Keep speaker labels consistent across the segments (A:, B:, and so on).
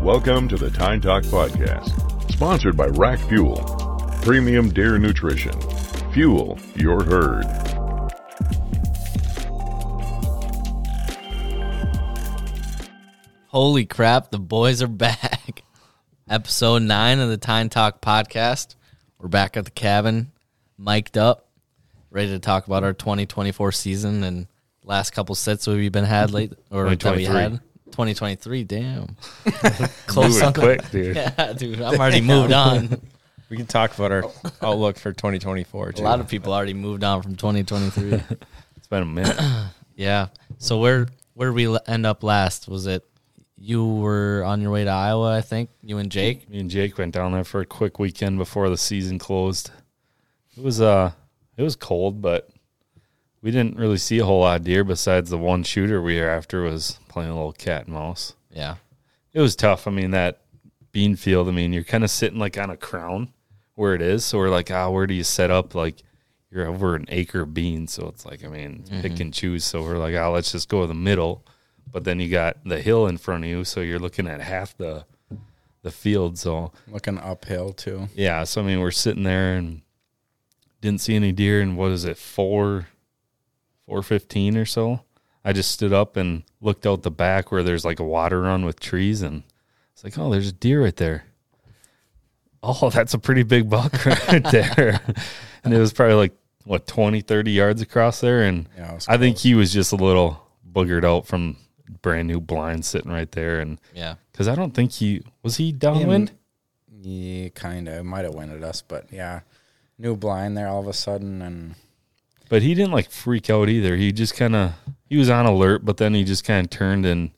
A: Welcome to the Time Talk Podcast, sponsored by Rack Fuel, premium deer nutrition. Fuel your herd.
B: Holy crap, the boys are back. Episode 9 of the Time Talk podcast. We're back at the cabin, mic'd up, ready to talk about our 2024 season and last couple sits we've been had late or that we
C: 2023.
B: had. 2023, damn. Close
C: Moving
B: on that.
C: quick, dude.
B: Yeah, dude, I'm already moved on.
D: We can talk about our outlook for 2024.
B: A
D: Too.
B: lot of people already moved on from 2023.
C: It's been a minute.
B: yeah. So where where did we l- end up last? Was it you were on your way to Iowa, I think, you and Jake?
C: Me and Jake went down there for a quick weekend before the season closed. It was uh it was cold, but we didn't really see a whole lot of deer besides the one shooter we were after was playing a little cat and mouse.
B: Yeah.
C: It was tough. I mean that bean field, I mean, you're kinda sitting like on a crown where it is. So we're like, ah, where do you set up like you're over an acre of beans, so it's like I mean, pick and choose. So we're like, ah, let's just go to the middle. But then you got the hill in front of you, so you're looking at half the the field, so
D: looking uphill too.
C: yeah, so I mean, we're sitting there and didn't see any deer. And what is it, four, four fifteen or so? I just stood up and looked out the back where there's like a water run with trees, and it's like, oh, there's a deer right there. Oh, that's a pretty big buck right there. and it was probably like what 20, 30 yards across there, and
D: Yeah, it was
C: I think he was just a little boogered out from brand new blind sitting right there, and
B: Yeah.
C: because I don't think he was he downwind.
E: Yeah, kind of. Might have winded us, but yeah. New blind there all of a sudden, and
C: But he didn't like freak out either. He just kind of he was on alert, but then he just kind of turned and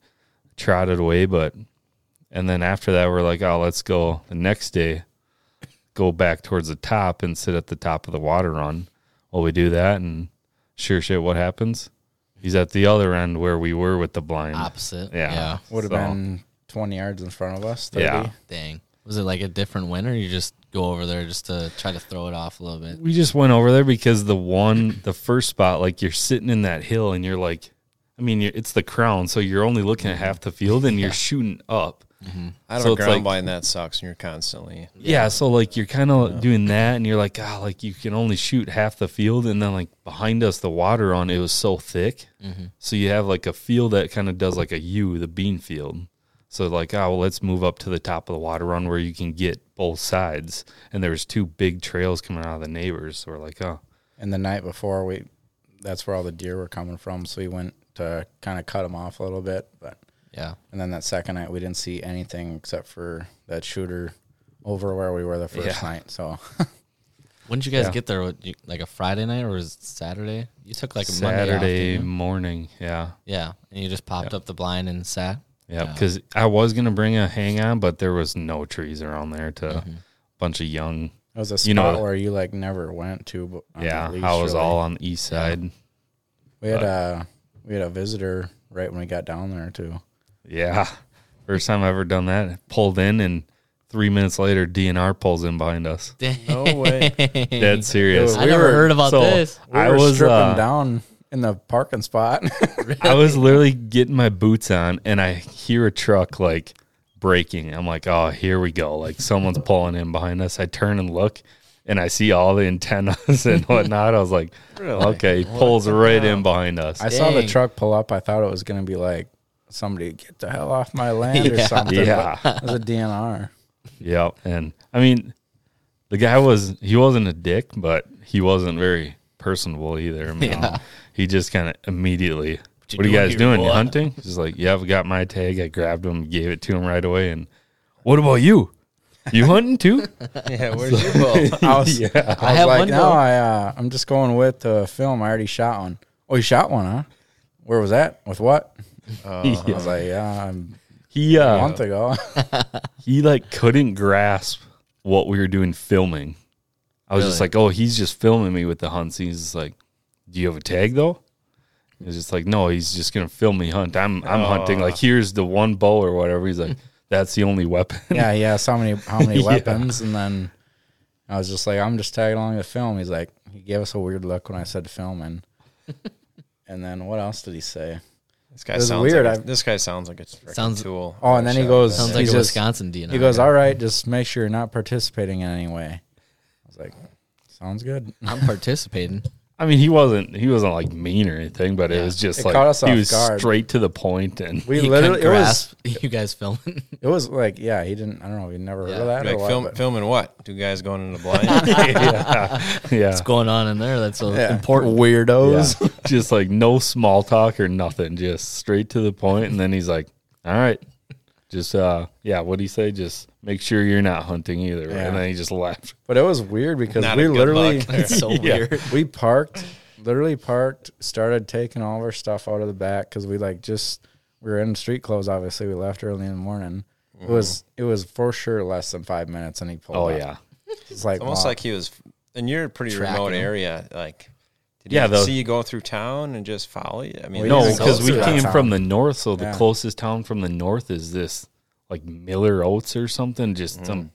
C: trotted away. But and then after that, we're like, oh, let's go the next day, go back towards the top and sit at the top of the water run. Well, we do that, and sure shit, what happens? He's at the other end where we were with the blind.
B: Opposite.
C: Yeah,
B: yeah.
E: would have
C: So,
E: been 20 yards in front of us. 30.
C: Yeah,
B: Dang. Was it like a different win, or you just go over there just to try to throw it off a little bit?
C: we just went over there because the one the first spot like you're sitting in that hill and you're like i mean you're, it's the crown so you're only looking at half the field and you're shooting up
D: I don't
C: So it's
D: ground
C: like-
D: blind that sucks, and you're constantly
C: yeah, so like you're kind of doing that and you're like ah like you can only shoot half the field and then like behind us the water on it was so thick so you have like a field that kind of does like a u the bean field so like oh well, let's move up to the top of the water run where you can get both sides and there was two big trails coming out of the neighbors so we're like oh
E: And the night before, we that's where all the deer were coming from. So we went to kind of cut them off a little bit. But
B: Yeah.
E: and then that second night, we didn't see anything except for that shooter over where we were the first
C: Yeah.
E: night. So
B: When did you guys
C: Yeah.
B: get there? What, you, like a Friday night, or was it Saturday? You took like a Monday off,
C: Saturday
B: didn't you?
C: morning. Yeah.
B: yeah, and you just popped up the blind and sat.
C: Yeah. Because I was going to bring a hang on, but there was no trees around there to a bunch of young.
E: it was a spot
C: You know-
E: where you like never went to. But on the
C: yeah.
E: lease,
C: I was
E: really.
C: all on the east side.
E: We had a we had a visitor right when we got down there too.
C: Yeah. First time I've ever done that. Pulled in, and three minutes later, DNR pulls in behind us.
D: no way.
C: Dead serious.
B: I never heard about
C: so
B: this.
E: We
C: I
E: were
C: was
E: stripping
C: uh,
E: down in the parking spot.
C: I was literally getting my boots on and I hear a truck like braking. I'm like, oh, here we go. Like someone's pulling in behind us. I turn and look and I see all the antennas and whatnot. I was like, okay, he pulls right in behind us.
E: I saw the
B: Dang.
E: truck pull up. I thought it was going to be like somebody get the hell off my land or
B: Yeah.
E: something.
C: yeah.
E: It was a DNR.
C: yep. And I mean, the guy was, he wasn't a dick, but he wasn't very personable either. I mean, he just kind of immediately,
B: you
C: what are you
B: doing
C: guys
B: here,
C: doing? You
B: boy?"
C: hunting? He's like, yeah, I've got my tag. I grabbed him, gave it to him right away. And what about you? You hunting too?
D: yeah, where's your bow?
E: I was, I was
B: have
E: like,
B: one
E: no,
B: though.
E: I, uh, I'm just going with the film. I already shot one. Oh, you shot one, huh? Where was that? With what? Uh, I was like, yeah, um,
C: He
E: a
C: uh,
E: month ago.
C: he like couldn't grasp what we were doing filming. I was just
B: Really?
C: like, oh, he's just filming me with the hunts. He's just like, do you have a tag though? He's just like, no, he's just gonna film me hunt. I'm I'm hunting. Like here's the one bow or whatever. He's like, that's the only weapon.
E: yeah, yeah. So many, how many weapons? And then I was just like, I'm just tagging along the film. He's like, he gave us a weird look when I said film, and and then what else did he say?
D: This guy
E: It was
D: sounds
E: weird.
D: Like a,
E: I-
D: this guy sounds like a freaking
B: Sounds-
D: tool.
E: Oh, and then he
D: Shut
E: goes-
D: up.
B: Sounds
E: He
B: like a
E: just-
B: Wisconsin DNR.
E: He goes, all right, just make sure you're not participating in any way. I was like, sounds good.
B: I'm participating.
C: I mean, he wasn't he wasn't like mean or anything, but it was just
E: It
C: like
E: caught us
C: he
E: off
C: was
E: guard.
C: straight to the point and
E: We
B: he
E: literally
B: couldn't
E: it was
B: grasp you guys filming.
E: it was like yeah he didn't I don't know he never heard
B: Yeah,
E: of that
D: Like
E: or what,
D: film,
E: but-
D: filming what? Two guys going in the blind.
C: yeah,
B: What's going on in there? That's so
E: Yeah.
B: important.
C: yeah.
E: weirdos
C: just like no small talk or nothing, just straight to the point. And then he's like, "All right, just uh, yeah, what do you say? Just make sure you're not hunting either." Right?
E: Yeah.
C: And then he just left.
E: but it was weird because
D: Not
E: we
D: a good
E: literally
D: look.
B: It's so weird.
E: we parked literally parked started taking all of our stuff out of the back because we like just we were in street clothes obviously we left early in the morning it was it was for sure less than five minutes and he pulled
C: Oh
E: up.
C: yeah,
E: it's like
D: Almost
E: wow.
D: like he was. And you're a pretty
B: Tracking
D: remote
B: him.
D: area. Like, did
C: Yeah,
D: yeah, he
C: the-
D: see you go through town and just follow you? I mean,
E: Well,
C: no,
E: he's
C: because we
E: close to
C: came
E: that
C: from
E: town.
C: the north, so the
E: Yeah.
C: closest town from the north is this like Miller Oats or something, just
E: Mm.
C: some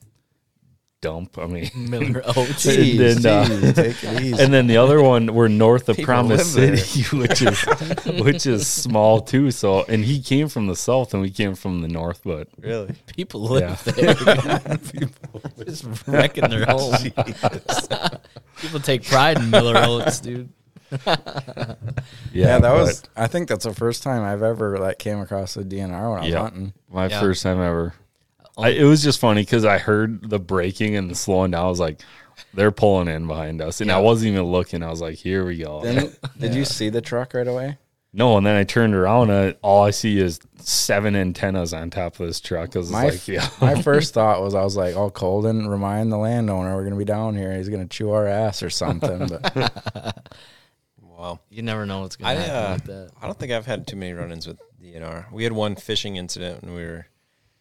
C: dump. I mean,
B: Miller oh, Oaks.
C: and
E: Jeez,
C: then, uh,
E: jeez, take it easy.
C: and then the other one we're north of
D: People
C: Promise
D: live there.
C: City, which is which is small too. So, and he came from the south, and we came from the north, but
D: really.
B: People live there. Just wrecking their
D: Oh,
B: home. People take pride in Miller Oaks, dude.
C: yeah,
E: yeah, that
C: but
E: was I think that's the first time I've ever like came across the DNR when I was
C: Yeah.
E: hunting
C: my
B: Yeah.
C: first time ever. I, it was just funny because I heard the braking and the slowing down. I was like, they're pulling in behind us, and I wasn't even looking. I was like, here we go.
E: then did you see the truck right away
C: No, and then I turned around and all I see is seven antennas on top of this truck. I was
E: My,
C: like,
E: f-
C: yeah,
E: my first thought was I was like, "Oh, Colden, remind the landowner we're gonna be down here. He's gonna chew our ass or something." But
D: Wow.
B: You never know what's
D: I
B: going to happen
D: uh,
B: like that.
D: I don't think I've had too many run-ins with DNR. We had one fishing incident when we were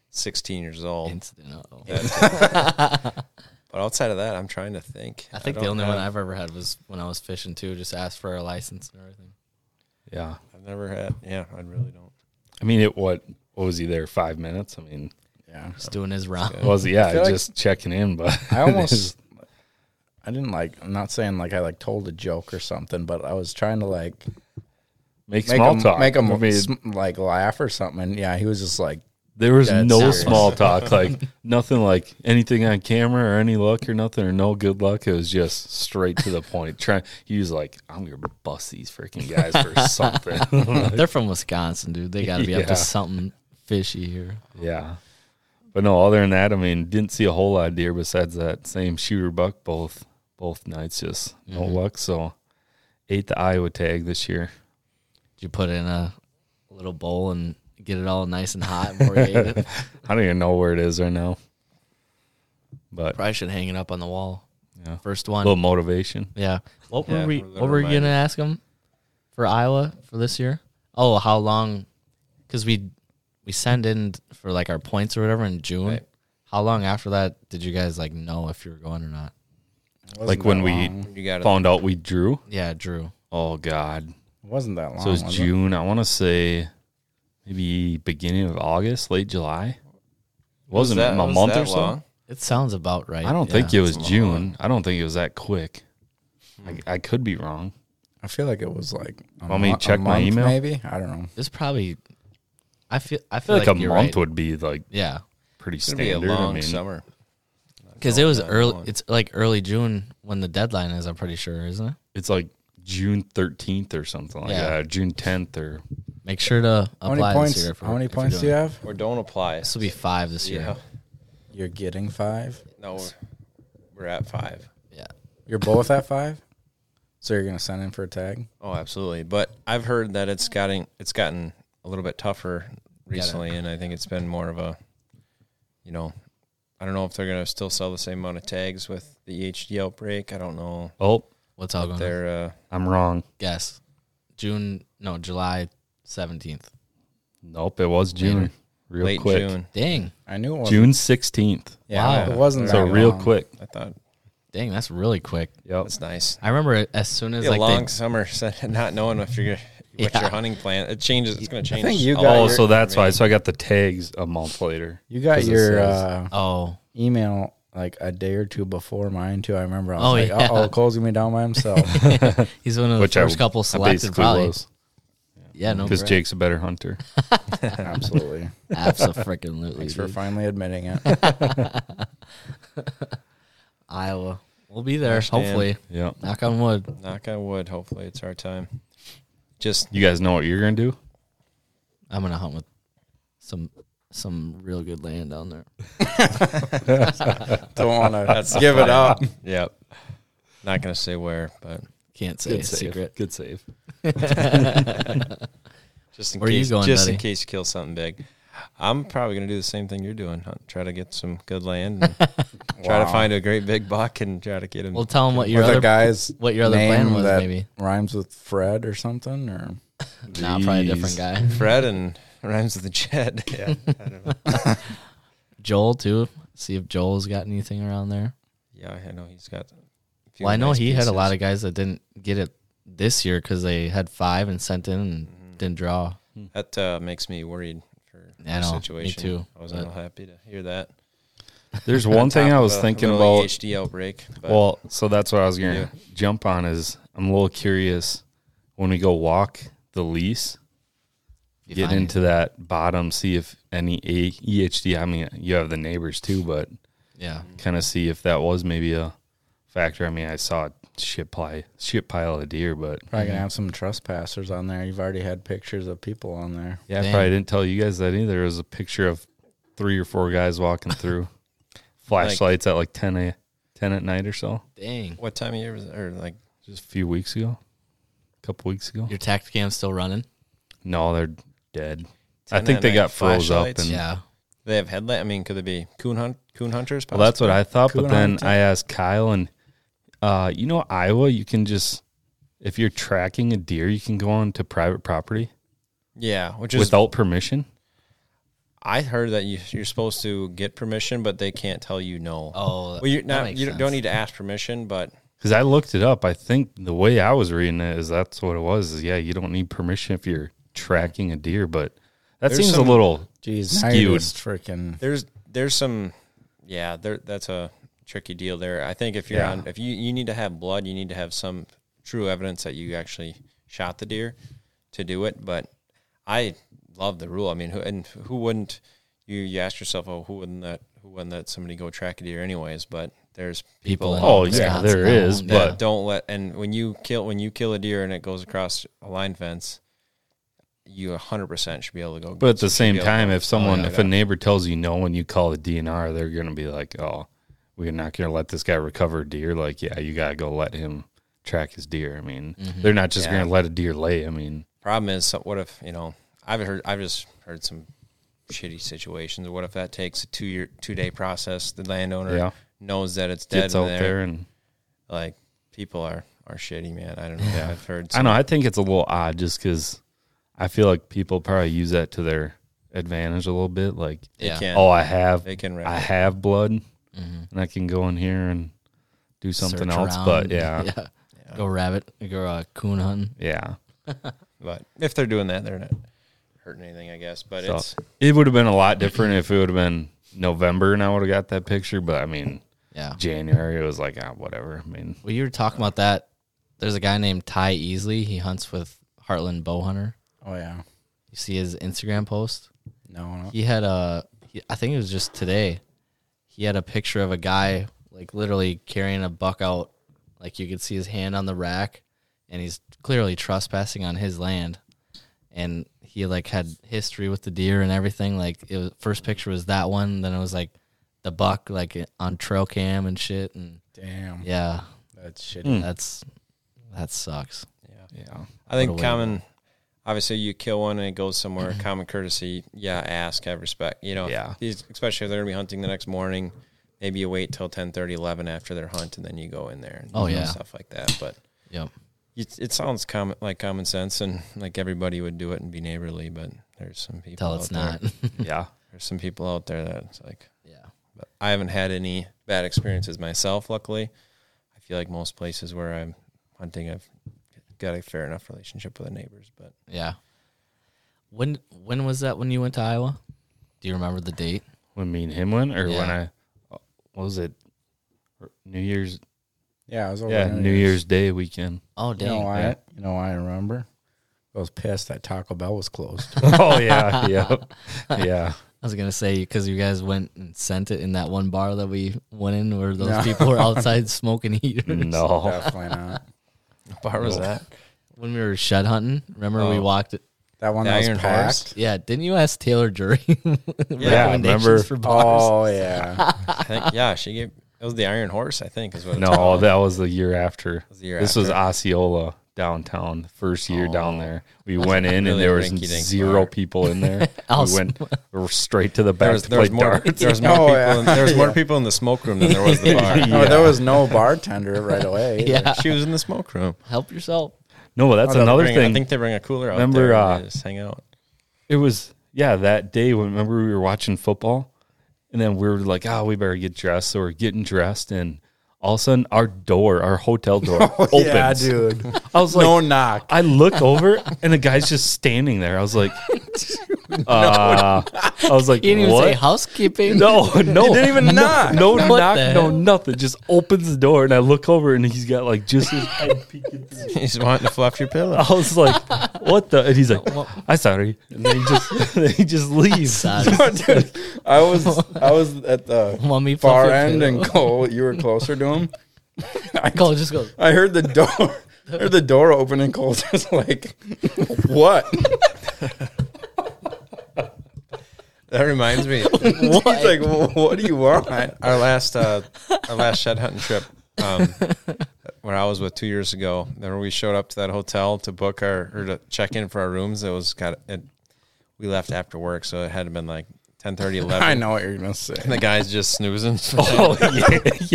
D: 16 years old.
B: Incident. uh-oh.
D: But outside of that, I'm trying to think.
B: I think the
D: don't
B: only one
D: have-
B: I've ever had was when I was fishing too. Just asked for a license and everything.
C: yeah.
D: I've never had. Yeah, I really don't.
C: I mean, it what what was he there five minutes? I mean,
E: yeah,
B: Just doing his round.
C: was he? Yeah,
E: feel like-
C: just checking in, but
E: I almost, I didn't like. I'm not saying like I like told a joke or something, but I was trying to like
C: make,
E: make
C: small
E: him
C: talk.
E: make him
C: I mean,
E: sm- like laugh or something. And yeah, he was just like,
C: there was
E: dead
C: no
E: serious.
C: small talk, like nothing, like anything on camera or any luck or nothing or no good luck. It was just straight to the point. Trying, he was like, I'm gonna bust these freaking guys for something.
B: They're from Wisconsin, dude. They got to be up
C: Yeah.
B: to something fishy here.
C: Yeah. But no, other than that, I mean, didn't see a whole lot of deer besides that same shooter buck both both nights, just no luck. So ate the Iowa tag this year.
B: Did you put it in a little bowl and get it all nice and hot before you ate it?
C: I don't even know where it is right now. But
B: Probably should hang it up on the wall.
C: Yeah.
B: First
C: a
B: one.
C: little motivation.
B: Yeah. What were
D: Yeah,
B: we?
D: for the
B: What were you
D: reminder.
B: gonna ask him for Iowa for this year? Oh, how long? Because we we send in for like our points or whatever in June.
D: Right.
B: How long after that did you guys like know if you were going or not?
E: wasn't
C: like when
E: that
C: we
E: long.
D: You got it.
C: found out we drew.
B: Yeah, Drew.
C: Oh God.
E: wasn't that long.
C: So it's
E: was it?
C: June. I wanna say maybe beginning of August, late July. Wasn't it a month or so?
B: It sounds about right.
C: I don't
B: yeah.
C: think it was June. I don't think it was that quick.
D: Hmm.
C: I, I could be wrong.
E: I feel like it was like. a
C: Want me to
E: mo- a
C: check my
E: month,
C: email?
E: Maybe I don't know.
B: It's probably. I feel. I
C: I feel
B: feel
C: like, a
B: you're right.
C: month would be like
B: Yeah,
C: pretty
D: It's gonna be a
C: standard.
D: long
C: I mean,
D: summer.
B: because it was
D: time
B: early.
D: going.
B: It's like early June when the deadline is. I'm pretty sure, isn't it?
C: it's like June thirteenth or something like
B: Yeah.
C: that. June tenth or
B: Make sure to
E: How
B: apply this
E: many points?
B: year. if
E: How
B: we're-
E: many
B: if you're
E: points do you
B: doing it.
E: have?
D: Or don't apply.
B: This will be five this year.
D: Yeah.
E: You're getting five.
D: No, we're, we're at five.
B: yeah.
E: You're both at five. So you're gonna send in for a tag.
D: Oh, absolutely. But I've heard that it's gotten it's gotten a little bit tougher recently, and I think it's been more of a, you know, I don't know if they're going to still sell the same amount of tags with the EHD outbreak. I don't know.
C: oh,
B: What's all going on?
D: They're uh,
C: I'm wrong.
B: guess. June no, July seventeenth.
C: Nope, it was June. Real
D: late
C: quick.
D: June.
B: Dang.
E: I knew it was
C: June sixteenth.
E: Yeah,
B: Wow.
E: it wasn't
C: So
E: that
C: real
E: long.
C: quick.
D: I thought
B: Dang, that's really quick.
C: Yep.
D: that's nice.
B: I remember it as soon as
D: Be a
B: like
D: long
B: they,
D: summer, so not knowing if you're gonna, what
B: Yeah.
D: your hunting plan. It changes. It's going to change.
E: think you
D: a
E: got
C: Oh,
D: lot.
E: your-
C: so that's why. So I got the tags a month later.
E: You got
C: 'Cause it
E: your
C: says-
E: uh,
B: oh
E: email like a day or two before mine too. I remember. I was
B: Oh,
E: like,
B: yeah.
E: "Oh, Cole's gonna be down by himself."
B: he's one of the
C: which I
B: first couple
C: I
B: selected
C: basically
B: probably.
C: was.
B: Yeah. Yeah, no,
C: because Jake's a better hunter.
E: Absolutely.
B: absolutely.
E: Thanks for
B: dude.
E: finally admitting it.
B: Iowa, we'll be there.
D: Dan.
B: Hopefully,
C: Yeah.
B: knock on wood.
D: Knock on wood. Hopefully, it's our time. Just
C: You guys know what you're gonna do?
B: I'm gonna hunt with some some real good land down there.
E: Don't want to give it up.
D: yep. Not gonna say where, but
B: Can't say a secret.
C: Good save.
D: just in
B: Where are you
D: case,
B: going,
D: just in
B: buddy?
D: case you kill something big. I'm probably gonna do the same thing you're doing. Hunt, try to get some good land. And Try to
E: Wow.
D: find a great big buck and try to get him.
B: We'll tell them what your
E: Your
B: other
E: other guys.
B: what your other
E: name
B: plan was,
E: that
B: maybe.
E: Rhymes with Fred or something, or
B: Nah, probably a different guy.
D: Fred and rhymes with the Jed. Yeah.
B: Joel too. See if Joel's got anything around there.
D: yeah, I know he's got. a few
B: Well, I know
D: nice
B: he had a
D: pieces.
B: lot of guys that didn't get it this year because they had five and sent in and
D: Mm-hmm.
B: didn't draw.
D: That uh, makes me worried for
B: I
D: the
B: know, me
D: situation.
B: too,
D: I wasn't
B: but-
D: real happy to hear that.
C: There's one thing
D: Top
C: I
D: of
C: was
D: a
C: thinking
D: little
C: about.
D: HD outbreak. But
C: Well, so that's what I was gonna
D: Yeah.
C: jump on is I'm a little curious when we go walk the lease,
B: You
C: get
B: find
C: into that bottom, see if any E, A- EHD. I mean, you have the neighbors too, but
B: Yeah.
C: kind of see if that was maybe a factor. I mean, I saw a shit pile, shit pile of deer, but
E: probably gonna have some trespassers on there. You've already had pictures of people on there.
C: yeah,
B: Dang.
C: I probably didn't tell you guys that either. It was a picture of three or four guys walking through flashlights at like 10 a 10 at night or so.
B: Dang.
D: what time of year was it? Or like,
C: Just a few weeks ago, a couple weeks ago.
B: Your tacticam's still running?
C: No, they're dead.
D: 10
C: I think
D: at
C: they
D: night
C: got froze up
D: flashlights?
C: and
B: Yeah.
D: they have headlight. I mean, could it be coon hunt, coon hunters?
C: Well, that's what I thought, but
E: Coon
C: then
E: hunting.
C: I asked Kyle, and uh, you know, Iowa, you can just if you're tracking a deer, you can go on to private property
D: Yeah, which is
C: without permission.
D: I heard that you, you're supposed to get permission, but they can't tell you no.
B: Oh,
D: well, you're
B: that
D: not.
B: makes
D: You don't- don't
B: sense.
D: need to ask permission, but
C: Because I looked it up, I think the way I was reading it is that's what it was. Is yeah, you don't need permission if you're tracking a deer, but that
D: There's
C: seems
D: some-
C: a little.
E: Jeez, now
C: Skewed.
E: you're just freaking.
D: there's there's some. Yeah, there. That's a tricky deal there. I think if you're
C: Yeah.
D: on, if you you need to have blood, you need to have some true evidence that you actually shot the deer to do it. But I love the rule. I mean, who and who wouldn't? You you ask yourself, oh, who wouldn't that? Who wouldn't let somebody go track a deer anyways? But there's
B: People
D: people.
B: in
D: that
C: Oh yeah,
B: Wisconsin,
C: there
B: I
C: is,
B: won't-
D: that
C: but
D: don't let and when you kill when you kill a deer and it goes across a line fence you 100% should be able to go
C: but at the same
D: go. Oh,
C: time, if someone
D: yeah,
C: if a neighbor tells you no and you call the DNR, they're gonna be like, oh, we're not gonna let this guy recover a deer. Like yeah, you gotta go let him track his deer. I mean, they're not just
D: Mm-hmm. Yeah.
C: gonna let a deer lay. I mean,
D: problem is so what if you know i've heard i've just heard some shitty situations what if that takes a two year two day process the landowner
C: Yeah.
D: knows that it's dead
C: gets
D: in
C: out
D: there.
C: there and
D: like people are are shitty man i don't know i've heard
C: I
D: some,
C: know. I think it's a little odd just because I feel like people probably use that to their advantage a little bit. Like,
D: they
B: Yeah.
D: can't
C: oh, I have,
D: they can
C: I
D: wrap it.
C: have blood, and I can go in here and do something
B: Mm-hmm. Search
C: else.
B: around.
C: But yeah, yeah,
B: Go rabbit, go uh, coon hunting.
D: but if they're doing that they're not hurting anything i guess but
C: So
D: it's
C: it would have been a lot different if it would have been November and I would have got that picture. But I mean,
B: Yeah.
C: January it was like ah, whatever. I mean,
B: Well, you were talking about that. There's a guy named Ty Easley. He hunts with Heartland Bowhunter.
E: Oh yeah,
B: You see his Instagram post?
E: no, no.
B: He had a, he, I think it was just today. He had a picture of a guy like literally carrying a buck out. Like you could see his hand on the rack, and he's clearly trespassing on his land. And he like had history with the deer and everything. Like it was, first picture was that one. Then it was like the buck like on trail cam and shit. And
E: Damn,
B: yeah,
E: that's shitty.
C: Hmm.
B: that's that sucks.
C: yeah,
D: I think common. Obviously, you kill one and it goes somewhere. common courtesy, yeah. Ask, have respect. You know,
C: Yeah.
D: These, especially if they're gonna be hunting the next morning, maybe you wait till 10, 11 after their hunt, and then you go in there and
B: Oh,
D: you know,
B: yeah.
D: stuff like that. But
B: Yep.
D: it, it sounds common, like common sense, and like everybody would do it and be neighborly. But there's some people.
B: Tell
D: out
B: it's
D: there-
B: not.
C: yeah.
D: There's some people out there that it's like.
B: yeah.
D: But I haven't had any bad experiences myself. Luckily, I feel like most places where I'm hunting, I've got a fair enough relationship with the neighbors, but.
B: Yeah. When when was that when you went to Iowa? Do you remember the date?
C: When me and him went, or when
B: Yeah.
C: I what was it? New Year's,
E: Yeah, it was over
C: yeah,
E: New
C: New Year's Day weekend.
B: Oh
E: You
B: dang.
E: know why?
C: yeah.
E: You know why I remember? I was pissed that Taco Bell was closed.
C: oh yeah, yeah, yeah.
B: I was gonna say because you guys went and sent it in that one bar that we went in where those people were outside smoking heaters Oh.
C: No,
E: Definitely not.
D: What bar was that?
B: when we were shed hunting. Remember we
D: Oh.
B: walked it.
E: That one
D: The
E: that was
D: Iron
E: packed.
D: Horse?
B: Yeah, didn't you ask Taylor Jury recommendations
C: remember.
B: for bars?
E: Oh yeah,
D: I think yeah, she gave it was the Iron Horse, I think, is what it's
C: no,
D: called.
C: that was the year after.
D: was the year
C: this was
D: after. Oh.
C: Osceola downtown. the First year down there, we went in and
D: really
C: there was
D: rinky-dink
C: zero
D: bar.
C: people in there. we
B: Awesome.
C: went we were straight to the back
D: There was,
C: to
D: there
C: play
D: was more
C: darts.
D: there was more
E: Oh,
D: people
E: yeah.
D: in, there was more people in the smoke room than there was the bar.
E: No, Oh, there was no bartender right away. either.
B: Yeah,
D: She was in the smoke room.
B: help yourself.
C: No, but that's
E: Oh, no,
C: another
D: Bring- I
C: thing.
D: think they bring a cooler out
C: Remember,
D: there
C: uh,
D: and they just hang out.
C: It was yeah that day. When, remember we were watching football, and then we were like, "Oh, we better get dressed." So we're getting dressed, and all of a sudden, our door, our hotel door,
D: Oh,
C: opens.
E: yeah, dude.
C: I was like,
E: no knock.
C: I look over and the guy's just standing there. I was like, uh, I was like,
B: You didn't even say
C: what?
B: housekeeping.
C: No, no,
E: Didn't even knock.
C: no
B: What
C: knock,
B: the
C: no
B: hell?
C: nothing. Just opens the door and I look over and he's got like just his head peeking through.
D: He's wanting to fluff your pillow.
C: I was like, what the? And he's like, I'm sorry. And then he just, then he just leaves.
B: Sorry.
E: Oh, dude, I was I was at the
B: Want me
E: far
B: fluffy
E: end, and
B: pillow?
E: Cole, you were closer to him. I,
B: Cole just goes.
E: I heard the door, I heard the door open, and Cole's just like, "What?"
D: That reminds me.
E: He's like, "Well, "What do you want?"
D: our last uh, our last shed hunting trip um, where I was with two years ago. Then we showed up to that hotel to book our or to check in for our rooms. It was got it. We left after work, so it had been like 10, 11.
E: I know what you're gonna say.
D: The guy's just snoozing.
C: Oh, yeah,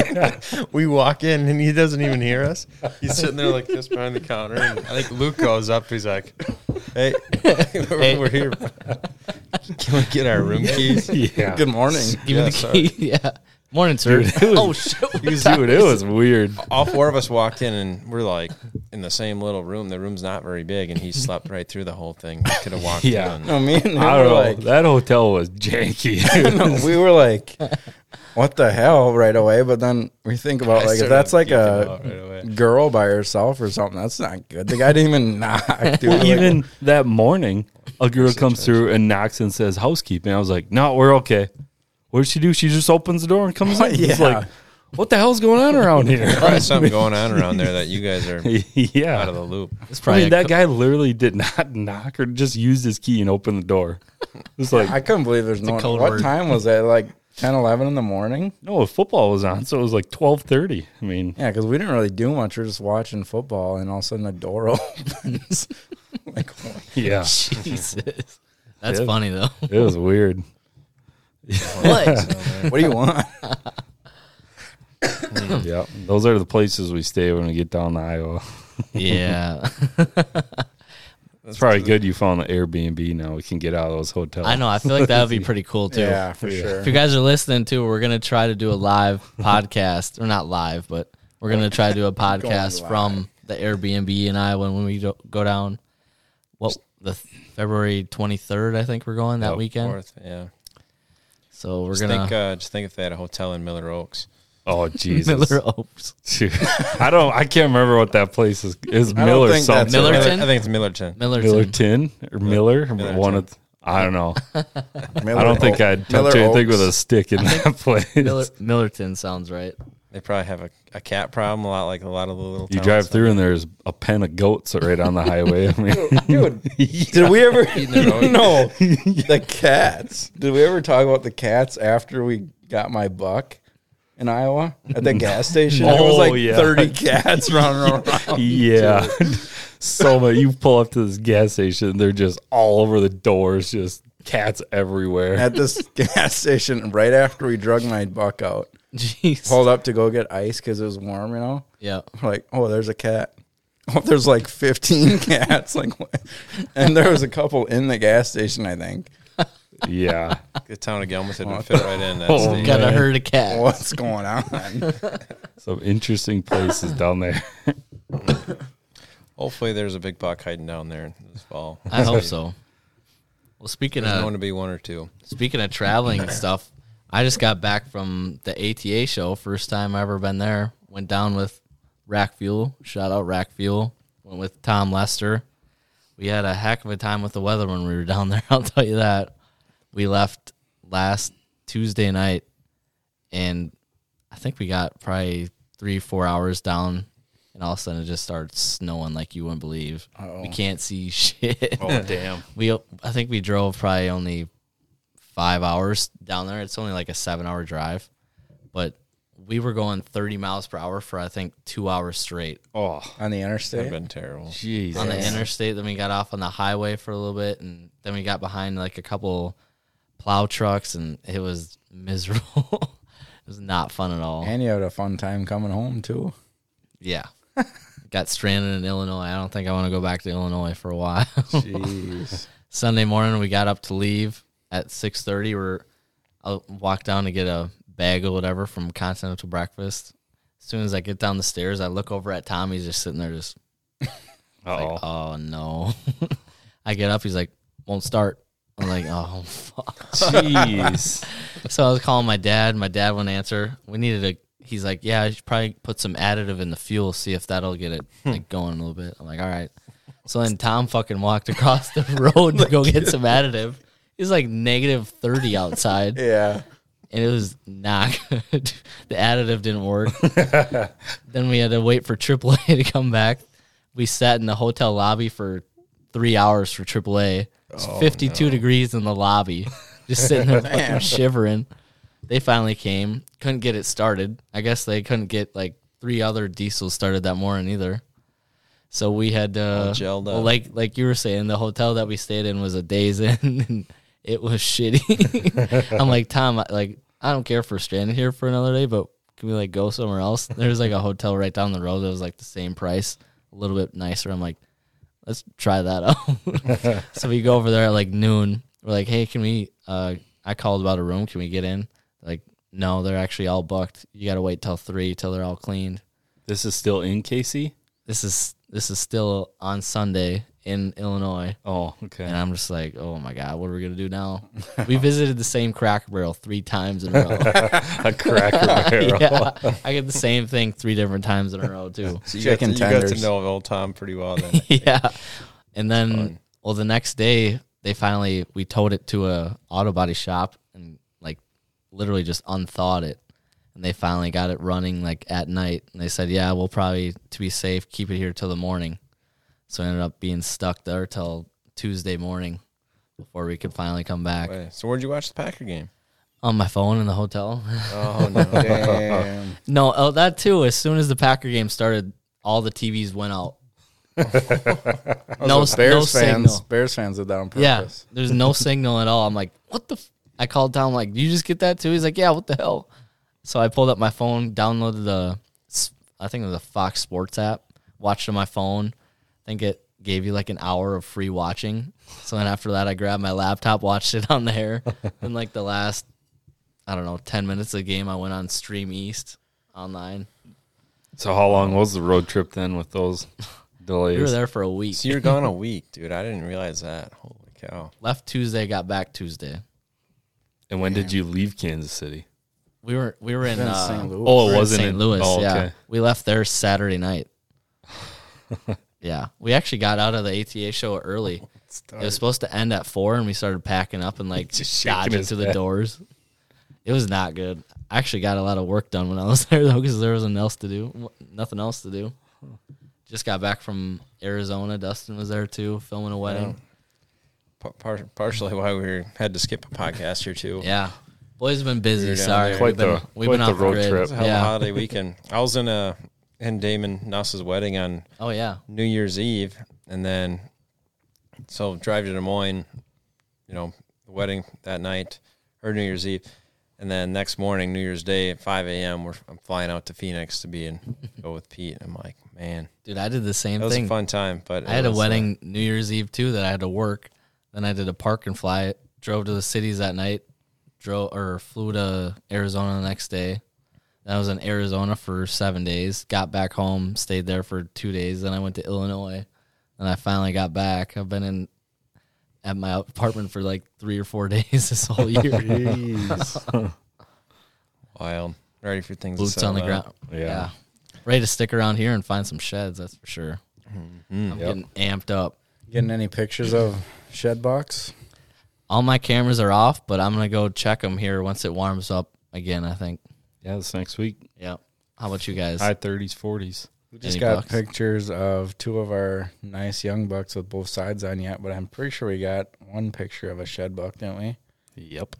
C: yeah.
D: we walk in and he doesn't even hear us. He's sitting there like this behind the counter, and I think Luke goes up. He's like, "Hey, we're,
B: Hey.
D: we're here. Can we get our room keys?"
C: yeah.
E: Good morning.
B: Give
D: Yeah,
B: me the key. Yeah. Morning, sir.
C: Dude, it was-
B: oh shit. what
C: Dude,
B: time
C: it
B: is
C: was weird.
D: all four of us walked in and we're like in the same little room. The room's not very big, and he slept right through the whole thing. We could have walked
C: Yeah.
D: in.
E: No, me and him
C: I
E: were
C: don't know.
E: like,
C: that hotel was janky.
E: no, we were like, "What the hell?" Right away, but then we think about
D: I
E: like if
D: started
E: that's like
D: geeking out right
E: a
D: away.
E: girl by herself or something, that's not good. The guy didn't even knock, dude.
C: Well,
E: Like,
C: even that morning, a girl comes through and knocks and says housekeeping. I was like, no, we're okay. What does she do? She just opens the door and comes in. It's
E: Yeah.
C: like, what the hell's going on around here?
D: Probably something going on around there that you guys are out of
C: yeah.
D: the loop.
B: It's
C: I
B: probably
C: mean,
B: a
C: that
B: co-
C: guy literally did not knock or just used his key and opened the door. It's
E: I
C: like,
E: couldn't believe there's no.
B: code
E: what
B: word.
E: time was it? Like 10, 11 in the morning.
C: no, football was on, so it was like 1230. I mean,
E: Yeah, because we didn't really do much. We are just watching football, and all of a sudden the door opens. like,
C: yeah,
B: Jesus. That's
C: Yeah.
B: funny though.
C: it was weird.
B: What?
E: what do you want?
C: yeah. Those are the places we stay when we get down to Iowa.
B: yeah.
C: It's probably good you found the Airbnb now. We can get out of those hotels.
B: I know. I feel like that would be pretty cool too.
E: Yeah, for sure.
B: If you guys are listening too, we're gonna try to do a live podcast, or not live, but we're gonna try to do a podcast
E: live.
B: from the Airbnb in Iowa when we do- go down. What the February twenty third? I think we're going that weekend.
D: Oh, Fourth, yeah.
B: So we're
D: Just
B: gonna
D: think, uh, just think if they had a hotel in Miller Oaks.
C: Oh, Jesus.
B: Miller Oaks.
C: Dude, I don't. I can't remember what that place is. Is
E: don't
C: Miller
E: think
C: something?
E: that's
B: Miller-
D: Miller,
B: Millerton?
D: I think it's Millerton.
B: Millerton.
C: Millerton or Miller? One of. th- I don't know. I don't think I'd touch
E: Miller
C: anything with a
E: Oaks.
C: stick in that place.
B: Miller, Millerton sounds right.
D: They probably have a, a cat problem a lot, like a lot of the little.
C: You
D: towns.
C: drive through and there's a pen of goats right on the highway. I mean,
E: Did we ever?
D: their own-
E: no, the cats. Did we ever talk about the cats after we got my buck in Iowa at the gas station? there was
C: Oh,
E: like
C: yeah.
E: thirty cats running
B: Oh,
E: around.
C: yeah. so much. You pull up to this gas station, they're just all over the doors, just cats everywhere.
E: At this gas station, right after we drug my buck out,
B: Jeez.
E: pulled up to go get ice because it was warm, you know.
B: yeah.
E: We're like, oh, there's a cat. Oh, there's like 15 cats. Like, what? and there was a couple in the gas station, I think.
C: Yeah.
D: the town of Gelmerton would fit right in. That's
C: Oh,
D: the,
B: Gotta
C: Man.
B: herd a cat.
E: What's going on?
C: Some interesting places down there.
D: Hopefully, there's a big buck hiding down there this fall.
B: I uh, hope so. Well, speaking
D: There's
B: of
D: going to be one or two.
B: Speaking of traveling and stuff, I just got back from the ATA show. First time I ever been there. Went down with Rack Fuel. Shout out Rack Fuel. Went with Tom Lester. We had a heck of a time with the weather when we were down there. I'll tell you that. We left last Tuesday night, and I think we got probably three, four hours down, and all of a sudden it just started snowing like you wouldn't believe. We can't see shit.
C: Oh damn!
B: We I think we drove probably only five hours down there. It's only like a seven hour drive, but we were going 30 miles per hour for I think two hours straight
C: Oh
E: on the
D: That'd
E: interstate.
D: have been terrible.
C: jeez!
B: on the interstate. Then we got off on the highway for a little bit, and then we got behind like a couple plow trucks, and it was miserable. it was not fun at all.
E: And you had a fun time coming home too.
B: yeah, got stranded in Illinois. I don't think I want to go back to Illinois for a while.
E: Jeez.
B: Sunday morning, we got up to leave at six thirty. We're I walked down to get a bag or whatever from Continental Breakfast. As soon as I get down the stairs, I look over at Tom. He's just sitting there, just
C: oh
B: Like, oh no. I get up, he's like, won't start. I'm like, oh fuck.
C: jeez!
B: So I was calling my dad, my dad wouldn't answer. We needed a he's like, Yeah, I should probably put some additive in the fuel, see if that'll get it like going a little bit. I'm like, all right. So then Tom fucking walked across the road to go get some additive. It's like negative thirty outside
E: yeah.
B: and it was not good. the additive didn't work. then we had to wait for AAA to come back. We sat in the hotel lobby for three hours for AAA. It's 52 degrees in the lobby, just sitting there fucking shivering. They finally came. Couldn't get it started. I guess they couldn't get like three other diesels started that morning either. So we had to,
D: gelled
B: well,
D: up.
B: like like you were saying, the hotel that we stayed in was a days in, and it was shitty. I'm like Tom, I- like I don't care if we're stranded here for another day, but can we like go somewhere else? There was like a hotel right down the road that was like the same price, a little bit nicer. I'm like, let's try that out. so we go over there at like noon. We're like, hey, can we? Uh, I called about a room. Can we get in? Like, no, they're actually all booked. You got to wait till three till they're all cleaned.
C: This is still in Casey.
B: This is this is still on Sunday in Illinois.
C: Oh
B: And
C: okay.
B: I'm just like, oh my god, what are we gonna do now? we visited the same Cracker Barrel three times in a row.
C: A cracker barrel.
B: yeah, I get the same thing three different times in a row too.
D: So you
E: Chicken
D: got to, you got to
E: tenders.
D: know old Tom pretty well then.
B: yeah, and then well, the next day they finally we towed it to a auto body shop and like literally just unthawed it, and they finally got it running like at night. And they said, yeah, we'll probably to be safe keep it here till the morning. So I ended up being stuck there till Tuesday morning before we could finally come back.
D: Wait, so where'd you watch the Packer game?
B: on my phone in the hotel.
D: Oh no.
E: Damn.
B: no, oh, that too. As soon as the Packer game started, all the TVs went out. no, s-
E: Bears
B: no
E: fans.
B: signal.
E: Bears fans did that on
B: Yeah,
E: purpose.
B: there's no signal at all. I'm like, what the? F-? I called Tom like, "Did you just get that too? He's like, yeah, what the hell? So I pulled up my phone, downloaded the, s- I think it was a Fox Sports app, watched on my phone. I think it gave you like an hour of free watching. So then after that, I grabbed my laptop, watched it on there, and like the last, I don't know, ten minutes of the game, I went on Stream East online.
C: So how long was the road trip then with those delays?
B: We were there for a week.
D: So you were gone a week, dude. I didn't realize that. Holy cow.
B: Left Tuesday, got back Tuesday.
C: And when did you leave Kansas City?
B: We were we were in
E: Then
B: uh,
E: St. Louis.
C: Oh,
B: We're
C: it
B: in
C: wasn't
B: St.
C: in-
B: Louis.
C: Oh,
B: Yeah,
C: okay.
B: we left there Saturday night. yeah, we actually got out of the ATA show early. It was supposed to end at four, and we started packing up and like
C: Just shaking
B: dodging
C: his
B: through the
C: head.
B: doors. It was not good. I actually got a lot of work done when I was there though, because there wasn't else to do. w- Nothing else to do. Just got back from Arizona. Dustin was there too, filming a wedding.
D: Pa- par- partially why we were, had to skip a podcast here too.
B: Yeah, boys have been busy.
D: We were down
B: Sorry,
D: there.
C: Quite
B: we've been,
C: the-
B: we've
C: quite
B: been
C: the
B: off the
C: road
B: grid.
C: trip.
D: It was a hell of a
B: Yeah.
D: holiday weekend. I was in a in Damon Nuss's wedding on
B: Oh yeah.
D: New Year's Eve, and then so drive to Des Moines, you know, the wedding that night or New Year's Eve, and then next morning, New Year's Day at five a.m. We're, I'm flying out to Phoenix to be in go with Pete. I'm like, man,
B: Dude, I did the same
D: that was
B: thing.
D: a fun time. But
B: I had
D: it
B: a
D: was, uh,
B: wedding New Year's Eve too that I had to work. Then I did a park and fly. Drove to the cities that night. Drove or flew to Arizona the next day. Then I was in Arizona for seven days. Got back home, stayed there for two days. Then I went to Illinois. Then I finally got back. I've been in at my apartment for like three or four days this whole year.
D: wild. Ready for things. to
B: Boots
D: settle
B: on the
D: down.
B: ground.
C: Yeah.
B: Ready to stick around here and find some sheds. That's for sure. I'm getting amped up.
E: Getting any pictures of shed box?
B: All my cameras are off, but I'm gonna go check them here once it warms up again. I think.
C: Yeah, this next week.
B: Yep. How about you guys?
C: High 30s, 40s.
E: We just
B: Any
E: got
B: bucks?
E: pictures of two of our nice young bucks with both sides on yet, but I'm pretty sure we got one picture of a shed buck, didn't we?
C: Yep.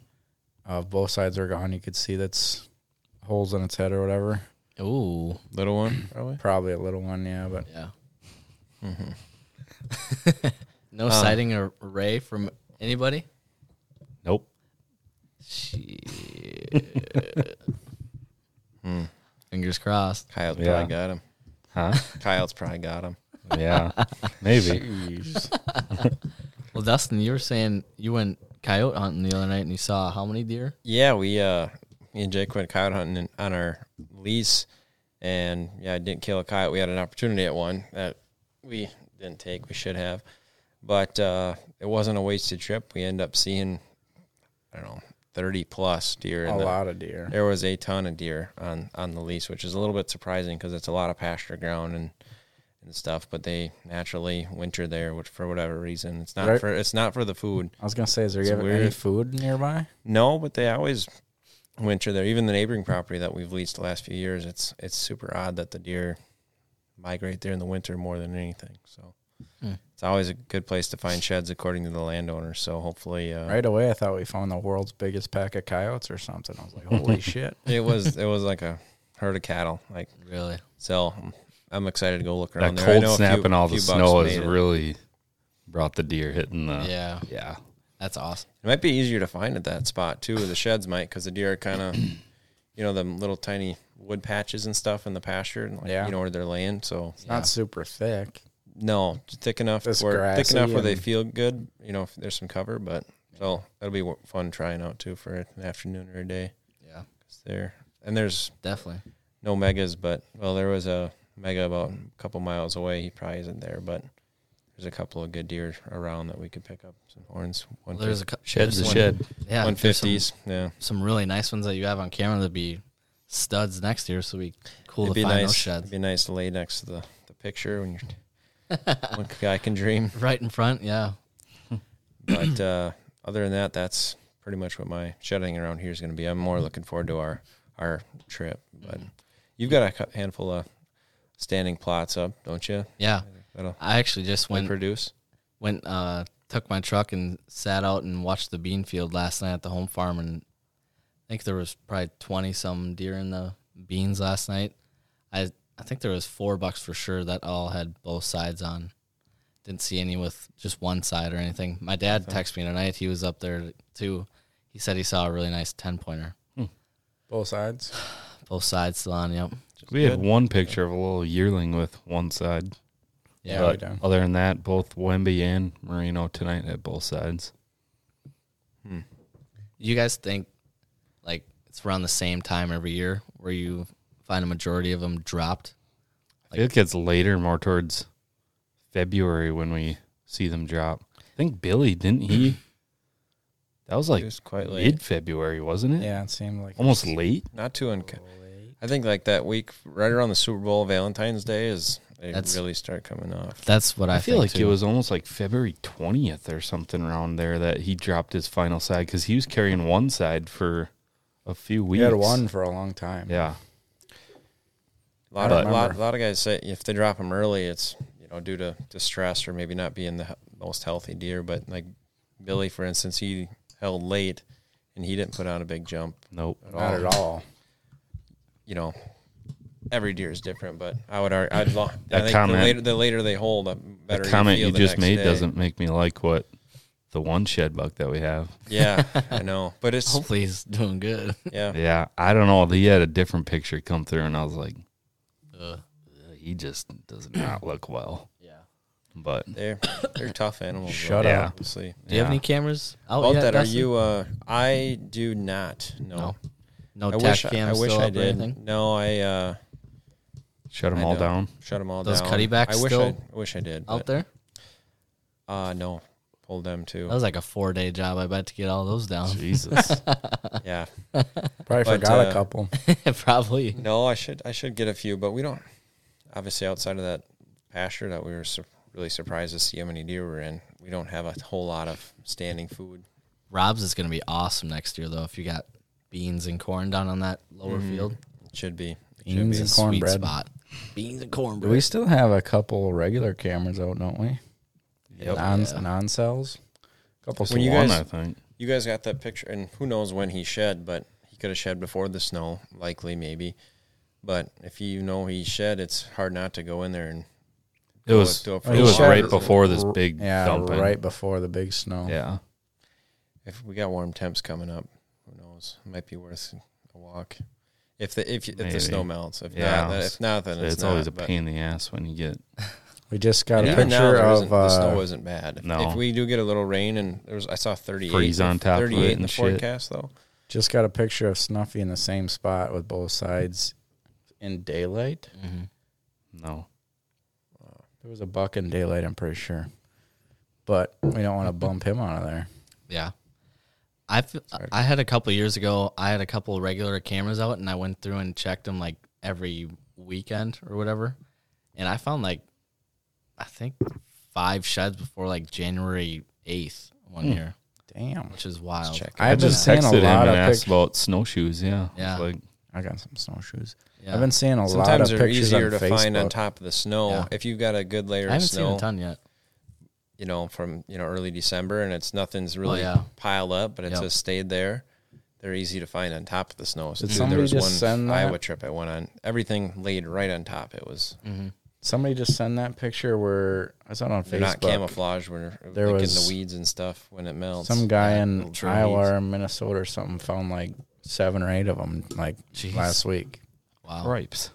E: Of both sides are gone. You could see that's holes in its head or whatever.
B: Ooh.
D: Little one, probably.
E: Probably a little one, yeah, but
B: Yeah. no sighting or ray from anybody.
C: Nope.
B: Fingers crossed.
D: Kyle's
C: Yeah.
D: probably got him.
C: Huh?
D: Kyle's probably got him.
C: yeah. Maybe.
B: Well, Dustin, you were saying you went coyote hunting the other night and you saw how many deer?
D: Yeah, we uh, me and Jake went coyote hunting in- on our lease, and yeah, I didn't kill a coyote. We had an opportunity at one that we didn't take. We should have, but uh, it wasn't a wasted trip. We end up seeing, I don't know, thirty plus deer.
E: a
D: in the,
E: lot of deer.
D: There was a ton of deer on on the lease, which is a little bit surprising because it's a lot of pasture ground and and stuff. But they naturally winter there, which for whatever reason, it's not
E: Right.
D: for it's not for the food.
E: I was gonna say, is there
D: It's
E: giving any
D: weird.
E: food nearby?
D: No, but they always winter there. Even the neighboring property that we've leased the last few years, it's it's super odd that the deer migrate there in the winter more than anything. So
B: Hmm.
D: it's always a good place to find sheds, according to the landowner. So hopefully, uh,
E: Right away, I thought we found the world's biggest pack of coyotes or something. I was like, holy shit!
D: it was it was like a herd of cattle. Like
B: Really?
D: so, I'm excited to go look around
C: That
D: there. I
C: cold
D: know a
C: snap
D: few-
C: and all the
D: few bucks
C: snow has
D: made it.
C: really brought the deer hitting the.
B: yeah.
C: Yeah.
B: That's awesome.
D: It might be easier to find at that spot too. The sheds might because the deer are kind of, you know, them little tiny wood patches and stuff in the pasture, and like,
E: Yeah.
D: you know where they're laying. So
E: It's not super thick.
D: No, thick enough
E: That's
D: where thick
E: grassy
D: enough where they
E: and-
D: feel good. You know, if there's some cover, but so that'll be wo- fun trying out too for an afternoon or a day.
B: Yeah.
D: 'Cause there and there's
B: Definitely.
D: no megas, but well, there was a mega about a couple miles away. He probably isn't there, but there's a couple of good deer around that we could pick up some horns. One
B: Well, there's a cou-
C: Shed's a
B: there's
C: shed.
B: Yeah.
D: one
B: there's some-
D: fifties. Yeah,
B: Some really nice ones that you have on camera that'd be studs next year, so we cool
D: it'd
B: to
D: be
B: find those
D: nice. It'd
B: sheds
D: be nice to lay next to the, the picture when you're one guy can dream.
B: right in front. Yeah.
D: But uh, other than that, that's pretty much what my shedding around here is going to be. I'm more looking forward to our our trip. But you've got a cou- handful of standing plots up, don't you?
B: Yeah.
D: That'll
B: I actually just went
D: produce.
B: went uh took my truck and sat out and watched the bean field last night at the home farm and I think there was probably twenty some deer in the beans last night. I I think there was four bucks for sure that all had both sides on. Didn't see any with just one side or anything. My dad texted me tonight. He was up there too. He said he saw a really nice ten pointer.
E: Both sides.
B: Mm-hmm. Both sides still on. Yep.
C: We had one picture of a little yearling with one side.
E: Yeah, we
C: but
E: do.
C: other than that, both Wemby and Marino tonight had both sides.
B: You guys think like it's around the same time every year where you find a majority of them dropped?
C: I feel it gets later, more towards February when we see them drop. I think Billy didn't he? That was
D: It
C: like
D: was quite late.
C: mid February, wasn't it?
E: Yeah, it seemed like
C: Almost late.
D: Not too unc I think like that week, right around the Super Bowl, Valentine's Day is they
B: That's-
D: really start coming off.
B: That's what I,
C: I feel
B: think,
C: like it
B: too.
C: was almost like February 20th or something around there that he dropped his final side because he was carrying one side for a few
E: we
C: weeks.
E: had one for a long time.
C: Yeah.
D: A lot
E: I
D: of lot,
E: remember.
D: lot of guys say if they drop them early, it's you know due to distress or maybe not being the he- most healthy deer. But like Billy, for instance, he held late and he didn't put on a big jump
C: Nope.
D: at
E: not
D: all.
E: at all.
D: You know, every deer is different, but I would argue I'd lo- I
C: That
D: think
C: comment-
D: the later the later they hold, the better.
C: The comment
D: feel
C: you
D: the
C: just
D: next
C: made
D: day.
C: doesn't make me like what the one shed buck that we have.
D: Yeah, I know, but it's
B: Hopefully he's doing good.
D: yeah.
C: Yeah. I don't know. He had a different picture come through, and I was like,
B: Uh,
C: he just does not look well.
B: yeah.
C: But
D: They're they're tough animals.
E: Shut
D: though,
C: up.
D: Obviously.
B: Do you have any cameras out
D: About
B: yet?
D: that, are
B: Dustin?
D: you? uh I do not.
B: No.
D: know.
B: no
D: I
B: tech
D: wish I, I
B: cams
D: wish
B: still
D: I
B: up or
D: did.
B: anything?
D: No, I. uh
C: shut them
D: I
C: all
D: know.
C: down.
D: Shut them all
B: Those
D: down.
B: cuttybacks
D: I wish
B: still
D: I, I wish I did.
B: out
D: but,
B: there?
D: Uh no. Pulled them too.
B: That was like a four day job, I bet, to get all those down.
C: Jesus.
D: yeah.
E: Probably
D: But,
E: forgot
D: uh,
E: a couple.
B: Probably.
D: No, I should I should get a few, but we don't obviously outside of that pasture that we were sur- really surprised to see how many deer we're in. We don't have a whole lot of standing food.
B: Rob's is going to be awesome next year, though, if you got beans and corn down on that lower field.
D: It should be. It should
E: Beans
D: be.
E: and
B: Sweet
E: cornbread.
B: spot. Beans and
E: Do
B: cornbread.
E: we still have a couple regular cameras out, don't we?
C: Yep.
E: Non
B: Yeah.
E: non cells. Couple
D: When you
C: One,
E: salons.
D: guys-
C: I think.
D: You guys got that picture, and who knows when he shed, but he could have shed before the snow, likely, maybe. But if you know he shed, it's hard not to go in there and
C: It was
D: do
C: it
D: it for
E: a
C: was
E: while.
C: right before this big
E: yeah,
C: dumping.
E: right before the big snow.
C: Yeah.
D: if we got warm temps coming up, who knows? Might be worth a walk. If the if, you- if
C: Maybe.
D: the snow melts, if
C: Yeah,
D: not, then- if not, then it's,
C: It's, always
D: not,
C: a
D: but-
C: pain in the ass when you get
E: We just got
D: And
E: a
D: even now,
E: picture
D: there isn't-
E: of
D: the snow
E: uh,
D: isn't bad. If,
C: No.
D: if we do get a little rain, and there was I saw thirty eight
C: Freeze on top of it
D: thirty eight in the
C: and shit.
D: forecast though.
E: just got a picture of Snuffy in the same spot with both sides in daylight.
B: Mm-hmm.
C: no.
E: There was a buck in daylight, I'm pretty sure. But we don't want to bump him out of there.
B: Yeah. I f- I had a couple years ago, I had a couple of regular cameras out and I went through and checked them like every weekend or whatever. And I found like, I think five sheds before like January 8th one year,
E: Damn.
B: which is wild.
D: Hmm. check it.
E: I've been
C: Just
E: seeing
C: texted
E: a
C: him
E: lot
C: and
E: of
C: asked
E: pictures.
C: about snowshoes. Yeah.
B: Yeah.
C: It's like
E: I got some snowshoes.
B: Yeah.
E: I've been seeing a lot of
D: Sometimes they're
E: pictures on
D: easier to
E: Facebook.
D: find on top of the snow
B: Yeah.
D: if you've got a good layer
B: I
D: of
B: haven't seen a
D: snow.
B: ton yet.
D: You know, from you know early December, and it's
C: Oh,
D: nothing's really
B: yeah.
D: piled up, but it's
B: Yep.
D: just stayed there. They're easy to find on top of the snow.
E: Did
D: So dude, there
E: somebody
D: was
E: just
D: one
E: send that?
D: Iowa trip I went on. Everything laid right on top. It was
E: Somebody just send that picture where I saw it on
D: they're not
E: Facebook.
D: camouflaged where
E: There
D: like in
E: was
D: the weeds and stuff when it melts.
E: Some guy
D: Yeah,
E: in
D: little trees.
E: Iowa or Minnesota or something found like seven or eight of them like
B: Jeez.
E: last week.
B: Wow.
C: gripes.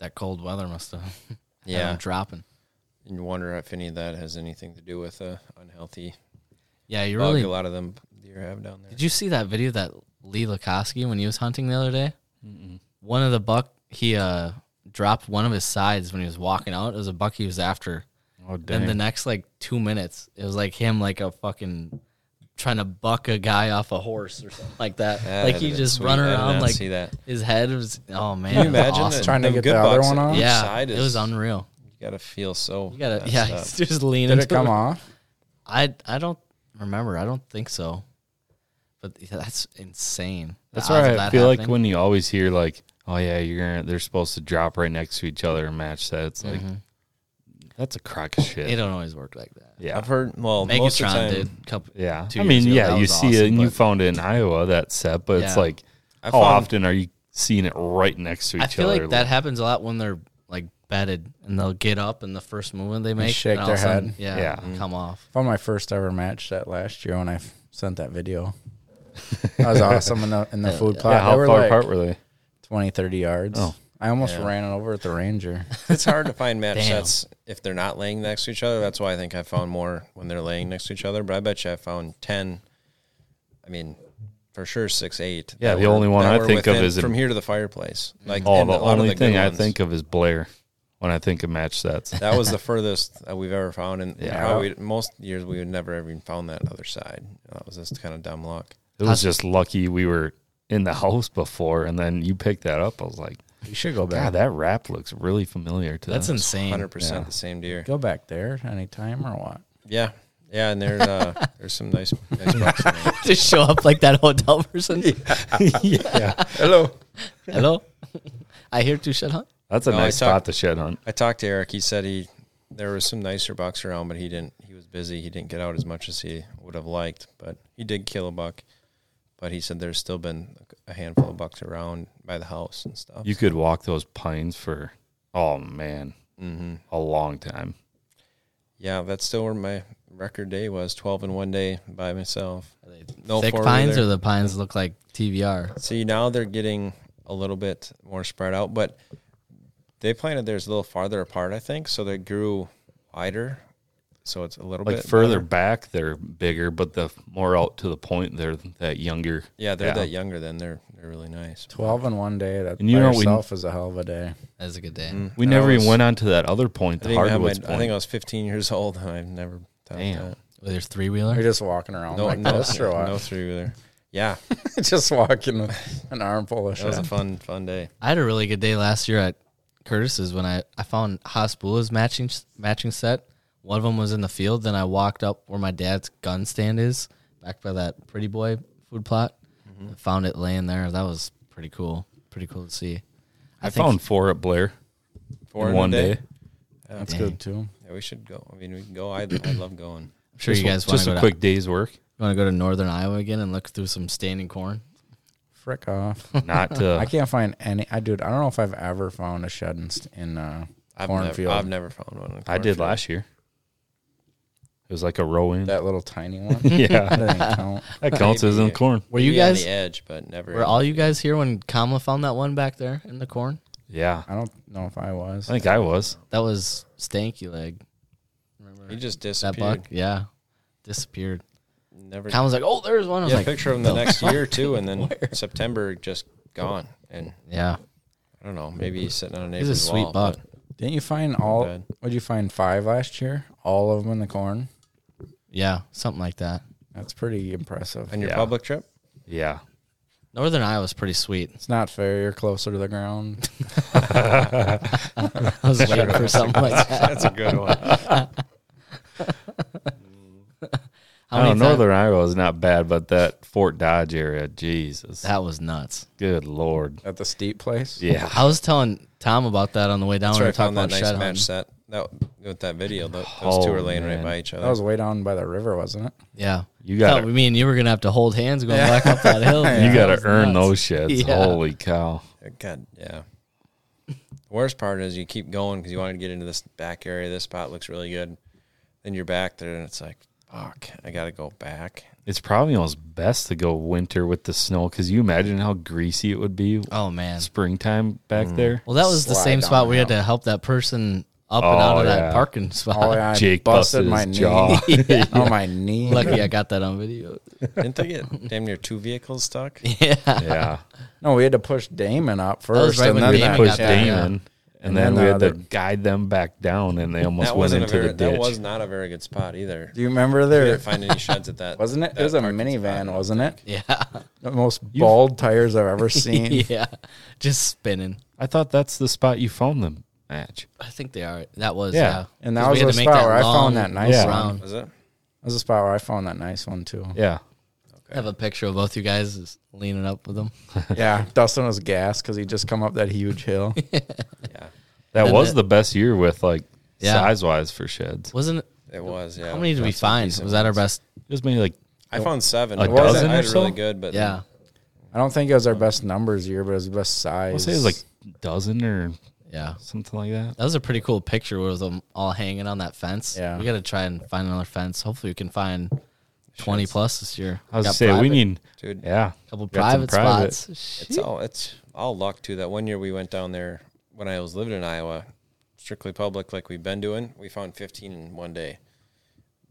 B: That cold weather must have had
D: Yeah.
B: them dropping.
D: and you wonder if any of that has anything to do with a unhealthy
B: Yeah. You
D: bug
B: really,
D: a lot of them deer have down there.
B: Did you see that video that Lee Lukoski when he was hunting the other day? One of the buck he uh dropped one of his sides when he was walking out. It was a buck he was after.
C: Oh
B: Then
C: damn.
B: the next like two minutes, it was like him like a fucking trying to buck a guy off a horse or something like that.
D: That
B: like
D: had
B: he
D: been
B: just
D: sweet.
B: run
D: I did
B: around
D: not
B: like
D: see that.
B: his head was oh man.
D: Can you imagine
B: awesome.
D: that?
E: Trying to
D: Them
E: get
D: good
E: the other
D: bucks
E: one
D: on
E: off?
D: each
B: Yeah,
D: side
B: it was
D: is-
B: unreal.
D: You gotta feel so.
B: You gotta
D: messed
B: yeah,
D: up.
B: he's just leaning.
E: Did it
B: to
E: come
B: the-
E: off?
B: I I don't remember. I don't think so. But that's insane. The odds
C: That's why
B: of
C: I
B: that
C: feel like
B: happening.
C: when you always hear like, oh yeah, you're gonna they're supposed to drop right next to each other and match that. It's like that's a crock of shit.
B: Mm-hmm. it don't always work like that.
C: yeah.
D: I've heard. Well, most of
B: Megatron
D: the time,
B: did. Couple,
C: yeah.
B: two
C: I
B: years
C: mean,
B: ago,
C: yeah,
B: that
C: you
B: was
C: see it and
B: awesome,
C: you
B: but
C: found it in Iowa, that set, but it's
B: Yeah.
C: like
D: I
C: how
D: found-
C: often are you seeing it right next to each
B: I feel
C: other?
B: like that happens a lot when they're like bedded and they'll get up and the first movement they make
E: shake
B: and all
E: their
B: of a sudden,
E: head.
B: Yeah,
C: Yeah.
B: it'll come off.
E: Found my first ever match that last year when I f- sent that video. That was awesome in the in the food plot.
C: yeah, how
E: They
C: far
E: were like
C: apart were they?
E: 20, 30 yards.
C: Oh.
E: I almost ran it over at the ranger.
D: it's hard to find match
B: Damn.
D: sets if they're not laying next to each other. That's why I think I found more when they're laying next to each other. But I bet you I found ten. I mean, for sure six, eight.
C: Yeah,
D: that
C: the
D: were-
C: only one
D: that
C: I
D: were
C: think of
D: within-
C: is in-
D: from here to the fireplace. Like,
C: Oh,
D: and
C: the
D: a lot of
C: only
D: good
C: thing I
D: ones.
C: think of is Blair when I think of match sets.
D: that was the furthest that we've ever found, and
C: Yeah.
D: probably most years we would never even found that other side. That was just kind of dumb luck.
C: It was just lucky we were in the house before, and then you picked that up. I was like,
E: You should go
C: God,
E: back.
C: that wrap looks really familiar to
B: That's
C: them.
B: insane.
D: Hundred percent the same deer.
E: Go back there anytime or what?
D: Yeah, yeah, and there's uh, there's some nice nice bucks in there.
B: Just show up like that hotel person.
D: Hello.
B: Hello, I hear two shed hunt.
C: That's a
D: No, I
C: nice
D: talked-
C: spot to shed hunt.
D: I talked to Eric. He said he there was some nicer bucks around, but he didn't. He was busy. He didn't get out as much as he would have liked. But he did kill a buck. But he said there's still been a handful of bucks around by the house and stuff.
C: You could walk those pines for oh man,
D: Mm-hmm.
C: a long time.
D: yeah, that's still where my record day was. Twelve in one day by myself. No
B: Thick
D: four
B: pines
D: wheeler.
B: or the pines look like TVR.
D: See, now they're getting a little bit more spread out, but they planted theirs a little farther apart, I think. So they grew wider. So it's a little
C: Like
D: bit
C: further
D: better.
C: back, they're bigger, but the more out to the point, they're that younger.
D: Yeah, they're that younger. Then they're they're really nice.
E: 12 in one day. That
C: And you
E: by
C: know we-
E: yourself is a hell of a day.
B: That's a good day.
C: We
D: And I
C: never even
D: was-
C: went on to that other point,
D: I
C: the
D: think, I, had my,
C: hardwoods
D: I think I
C: point.
D: was 15 years old, and I've never done
C: Damn.
D: that.
B: With your three
E: You're
B: wheeler,
E: just walking around
D: No,
E: like
D: no,
E: this or what?
D: no through there. Yeah,
E: just walking with an armful of
D: that was a
E: shit.
D: fun, fun day.
B: I had a really good day last year at Curtis's when I, I found Hasbula's matching matching set. One of them was in the field. Then I walked up where my dad's gun stand is, back by that Pretty Boy food plot. and found it laying there. That was pretty cool. Pretty cool to see.
C: I, found four at Blair
D: Four
C: in
D: in a
C: one day.
E: That's
B: Dang.
E: good too.
D: Yeah, we should go. I mean, we can go. I, I love going.
B: I'm sure
C: just
B: you guys want
C: just
B: to
C: a
B: go
C: quick
B: to
C: day's work,
B: want to go to Northern Iowa again and look through some standing corn.
E: Frick off.
C: not to
E: I can't find any. I dude, I don't know if I've ever found a shed in s- in uh,
D: I've never,
E: cornfield.
D: I've never found one. in
C: I did
D: cornfield.
C: last year. It was like a row in.
E: that little tiny one.
C: yeah,
E: That didn't count.
C: that counts as in corn.
B: Were you
D: Maybe on
B: guys?
D: the edge, but never.
B: Were all you guys here when Kamala found that one back there in the corn?
C: Yeah,
E: I don't know if I was.
C: I think I was.
B: That was Stanky Leg. Remember
D: He just
B: that
D: disappeared.
B: buck? Yeah, disappeared.
D: Never.
B: Kamala's like, "Oh, there's one." I was
D: yeah,
B: like,
D: picture of him the next year too, and then September just gone. And
B: "Yeah,
D: I don't know. Maybe he's sitting on a
B: he's
D: neighbor's
B: a sweet
D: wall,
B: buck."
D: but
E: Didn't you find all?
D: bad.
E: What'd you find? Five last year. All of them in the corn.
B: Yeah, something like that.
E: That's pretty impressive.
D: On your
C: Yeah.
D: public trip,
C: Yeah,
B: Northern Iowa's pretty sweet.
E: It's not fair. You're closer to the ground.
B: I was waiting for something like that.
D: that's a good one.
B: How
C: I
B: many
C: don't know,
B: times-
C: Northern Iowa is not bad, but that Fort Dodge area, Jesus,
B: That was nuts.
C: good lord,
E: At the steep place?
C: yeah,
B: I was telling Tom about that on the way down.
D: That's
B: when
D: where
B: we
D: I
B: were talking
D: found that
B: about
D: nice
B: shed hunting.
D: match set. That with that video, tho- those two
C: Oh,
D: were laying right
C: man.
D: by each other.
E: That was way down by the river, wasn't it?
B: Yeah,
C: You gotta-
B: Thought Me and you were gonna have to hold hands going back up that hill. man.
C: you got
B: That
C: to
B: was
C: earn
B: nuts.
C: those sheds.
B: Yeah.
C: Holy cow!
D: God, yeah. The worst part is you keep going because you wanted to get into this back area. This spot looks really good. Then you're back there, and it's like, fuck, I got to go back.
C: It's probably almost best to go winter with the snow because you imagine how greasy it would be
B: Oh Mm. man.
C: springtime back there.
B: Well, that was the
E: Slide
B: same
E: down
B: spot we had
E: hill.
B: to help that person up and out of
C: Oh,
B: that
C: yeah.
B: parking spot.
E: Oh, yeah, I
C: Jake
E: busted,
C: busted
E: my
C: his jaw.
E: knee. Oh, my knee.
B: Lucky I got that on video.
D: Didn't they get damn near two vehicles stuck?
C: Yeah,
E: No, we had to push Damon up first.
B: was right
E: and
B: when
E: then
B: Damon
E: that-
B: got
C: pushed
B: that, yeah.
C: Damon, and,
E: And
C: then, uh,
E: then
C: we
E: the
C: had to
E: other-
C: guide them back down, and they almost
D: That
C: went
D: wasn't a
C: into
D: very,
C: the ditch.
D: that was not a very good spot either.
E: Do you remember
D: We
E: there?
D: didn't find any sheds at that.
E: Wasn't it?
D: that
E: It was a
D: parking spot.
E: minivan, wasn't it?
B: Yeah.
E: The most bald tires I've ever seen.
B: yeah. Just spinning.
C: I thought that's the spot you found the match.
B: I think they are. That was, yeah.
C: Yeah.
E: And
B: 'Cause
E: that
B: we
E: was
B: had
E: the
B: to make
E: spot
B: that
E: where I found
B: long
E: that nice
C: Yeah.
B: round.
D: Was it?
E: That was a spot where I found that nice one too.
C: Yeah,
B: I have a picture of both you guys just leaning up with them.
E: Yeah, Dustin was gassed because he just come up that huge hill.
D: Yeah,
C: that
B: Then
C: was
B: the-
C: the best year with like
B: Yeah.
C: size wise for sheds.
B: Wasn't it?
D: it was. Yeah.
B: How many did we
D: Found some
B: find?
D: decent
B: Was that our
D: ones.
B: best?
C: It was maybe like
D: I found seven.
C: A
D: It wasn't-
C: dozen
D: I
C: or
D: had really
C: so?
D: good, but
B: Yeah.
E: I don't think it was our best numbers year, but it was the best size.
C: I'll say it was like dozen or
B: Yeah.
C: something like that.
B: That was a pretty cool picture with them all hanging on that fence.
E: Yeah.
B: We got to try and find another fence. Hopefully, we can find 20 plus this year.
C: I was
B: Got
C: gonna say we
B: private-
C: need
D: Dude.
C: yeah
B: a couple
C: got some
B: private, spots.
D: It's all it's all luck too. That one year we went down there when I was living in Iowa, strictly public like we've been doing. We found 15 in one day,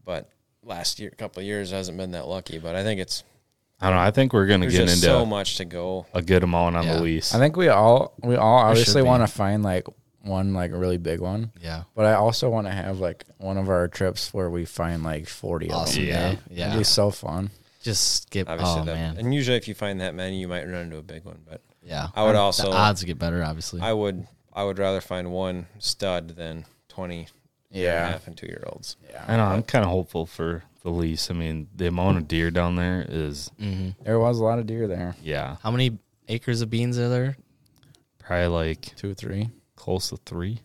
D: but last year, couple of years hasn't been that lucky. But I think it's
C: I don't know. I think we're gonna
D: there's
C: get
D: just
C: into
D: so much to go.
C: a good amount on
B: Yeah.
C: the lease.
E: I think we all we all obviously
B: be.
E: want to find like one like really big one,
B: Yeah.
E: but I also want to have like one of our trips where we find like forty
B: Awesome.
E: of them.
B: Yeah.
C: Yeah.
B: Yeah.
E: It'd be so fun.
B: Just skip.
D: Obviously,
B: oh,
D: that,
B: man.
D: and usually if you find that many, you might run into a big one. But
B: Yeah.
D: I would
B: The
D: also-
B: odds get better, obviously.
D: I would I would rather find one stud than 20 year and a
E: Yeah.
D: half and two year olds.
C: I know. I'm kind of hopeful for the lease. I mean, the amount of deer down there is
E: There was a lot of deer there.
C: yeah,
B: How many acres of beans are there?
C: probably like
E: Two, three.
C: close to three.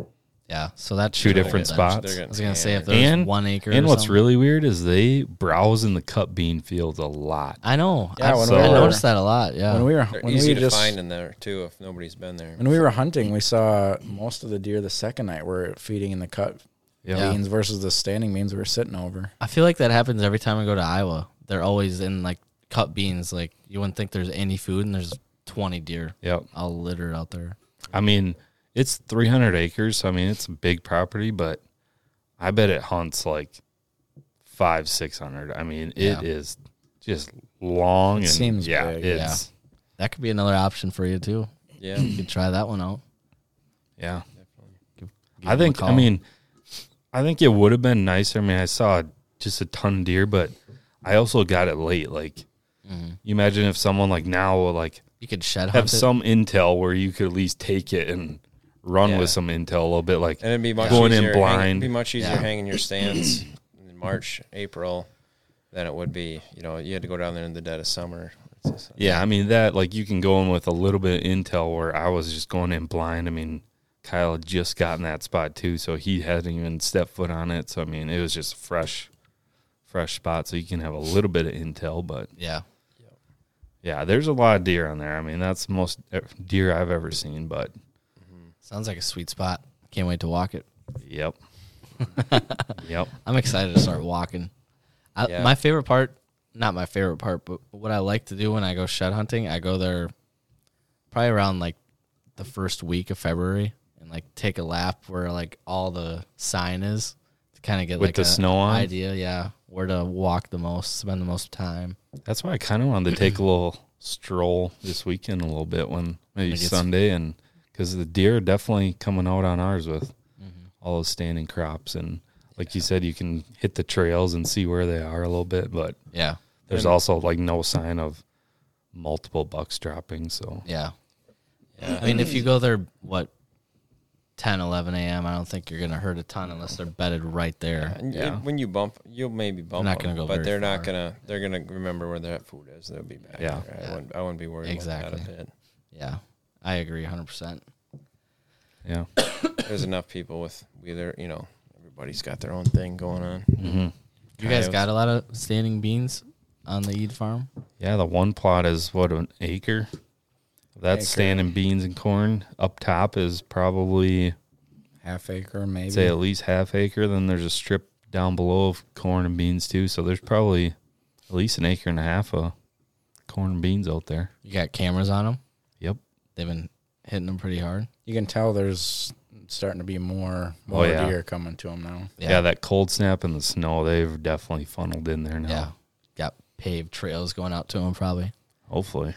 B: Yeah. So that's
C: Two different spots.
B: I was gonna say if there's
C: And
B: one acre.
C: And
B: or
C: what's
B: something.
C: really weird is they browse in the cut bean fields a lot.
B: I know.
E: Yeah,
B: I,
E: when
C: we
B: I
C: were-
B: noticed that a lot. Yeah.
E: When we were
D: they're
E: when
D: easy
E: we
D: to
E: just
D: find in there too if nobody's been there.
E: when we were hunting, we saw most of the deer the second night were feeding in the cut
B: Yeah.
E: beans versus the standing beans we were sitting over.
B: I feel like that happens every time I go to Iowa. They're always in like cut beans. Like you wouldn't think there's any food, and there's 20 deer.
C: Yep.
B: All littered out there.
C: I mean, it's 300 acres. So I mean, it's a big property, but I bet it hunts like five, 600. I mean,
B: Yeah.
C: it is just long. and
E: seems
C: yeah,
E: big.
C: it's
B: That could be another option for you too.
D: yeah.
B: You could try that one out.
C: yeah.
B: Give
C: I
B: them a
C: think. I
B: call.
C: mean, I think it would have been nicer. I mean, I saw just a ton of deer, but I also got it late. Like,
B: Mm-hmm.
C: you imagine if someone like now will like
B: you could shed hunt
C: have
B: it.
C: some intel where you could at least take it and run
D: Yeah.
C: with some intel a little bit. Like
D: And it'd be much
C: Going in
D: easier, Hang,
C: blind.
D: be much easier
B: Yeah.
D: hanging your stands in March, April, than it would be. You know, you had to go down there in the dead of summer. It's just-
C: Yeah, I mean that like you can go in with a little bit of intel where I was just going in blind. I mean, Kyle had just gotten that spot too, so he hadn't even stepped foot on it. So I mean it was just a fresh fresh spot. So you can have a little bit of intel, but
B: Yeah.
C: yeah, there's a lot of deer on there. I mean, that's the most eh, deer I've ever seen, but
B: Sounds like a sweet spot. Can't wait to walk it.
C: yep. yep.
B: I'm excited to start walking. I,
D: Yeah.
B: My favorite part, not my favorite part, but what I like to do when I go shed hunting, I go there probably around like the first week of February and like take a lap where like all the sign is to kind of get
C: With
B: like
C: the
B: a
C: snow on?
B: idea, yeah, where to walk the most, spend the most time.
C: That's why I kind of wanted to take a little stroll this weekend a little bit when maybe
B: Like it's-
C: Sunday and because the deer are definitely coming out on ours with all those standing crops and like you said, you can hit the trails and see where they are a little bit, but
B: Yeah,
C: there's also like no sign of multiple bucks dropping. So
B: yeah. I mean, if you go there, what 10, 11 a.m., I don't think you're gonna hurt a ton unless they're bedded right there.
D: And
C: Yeah.
D: it- when you bump, you'll maybe bump.
B: not
D: them,
B: gonna go
D: but
B: very
D: they're not
B: far.
D: gonna. They're gonna remember where that food is. They'll be back.
C: Yeah.
D: there. I, wouldn't, I wouldn't be worried
B: Exactly.
D: about that a bit.
B: Yeah, I agree, hundred percent.
C: yeah,
D: There's enough people with wheeler. You know, everybody's got their own thing going on.
B: You guys
D: Coyotes.
B: got a lot of standing beans on the Eid farm?
C: yeah. The one plot is what an acre. That's
E: Acre.
C: standing beans and corn. Up top is probably
E: half acre maybe.
C: say at least half acre. Then there's a strip down below of corn and beans too. So there's probably at least an acre and a half of corn and beans out there.
B: You got cameras on them?
C: Yep.
B: They've been hitting them pretty hard.
E: you can tell there's starting to be more
C: Oh,
E: more
C: yeah.
E: deer coming to them now.
C: Yeah. that cold snap and the snow, they've definitely funneled in there now.
B: yeah. Got paved trails going out to them probably.
C: Hopefully.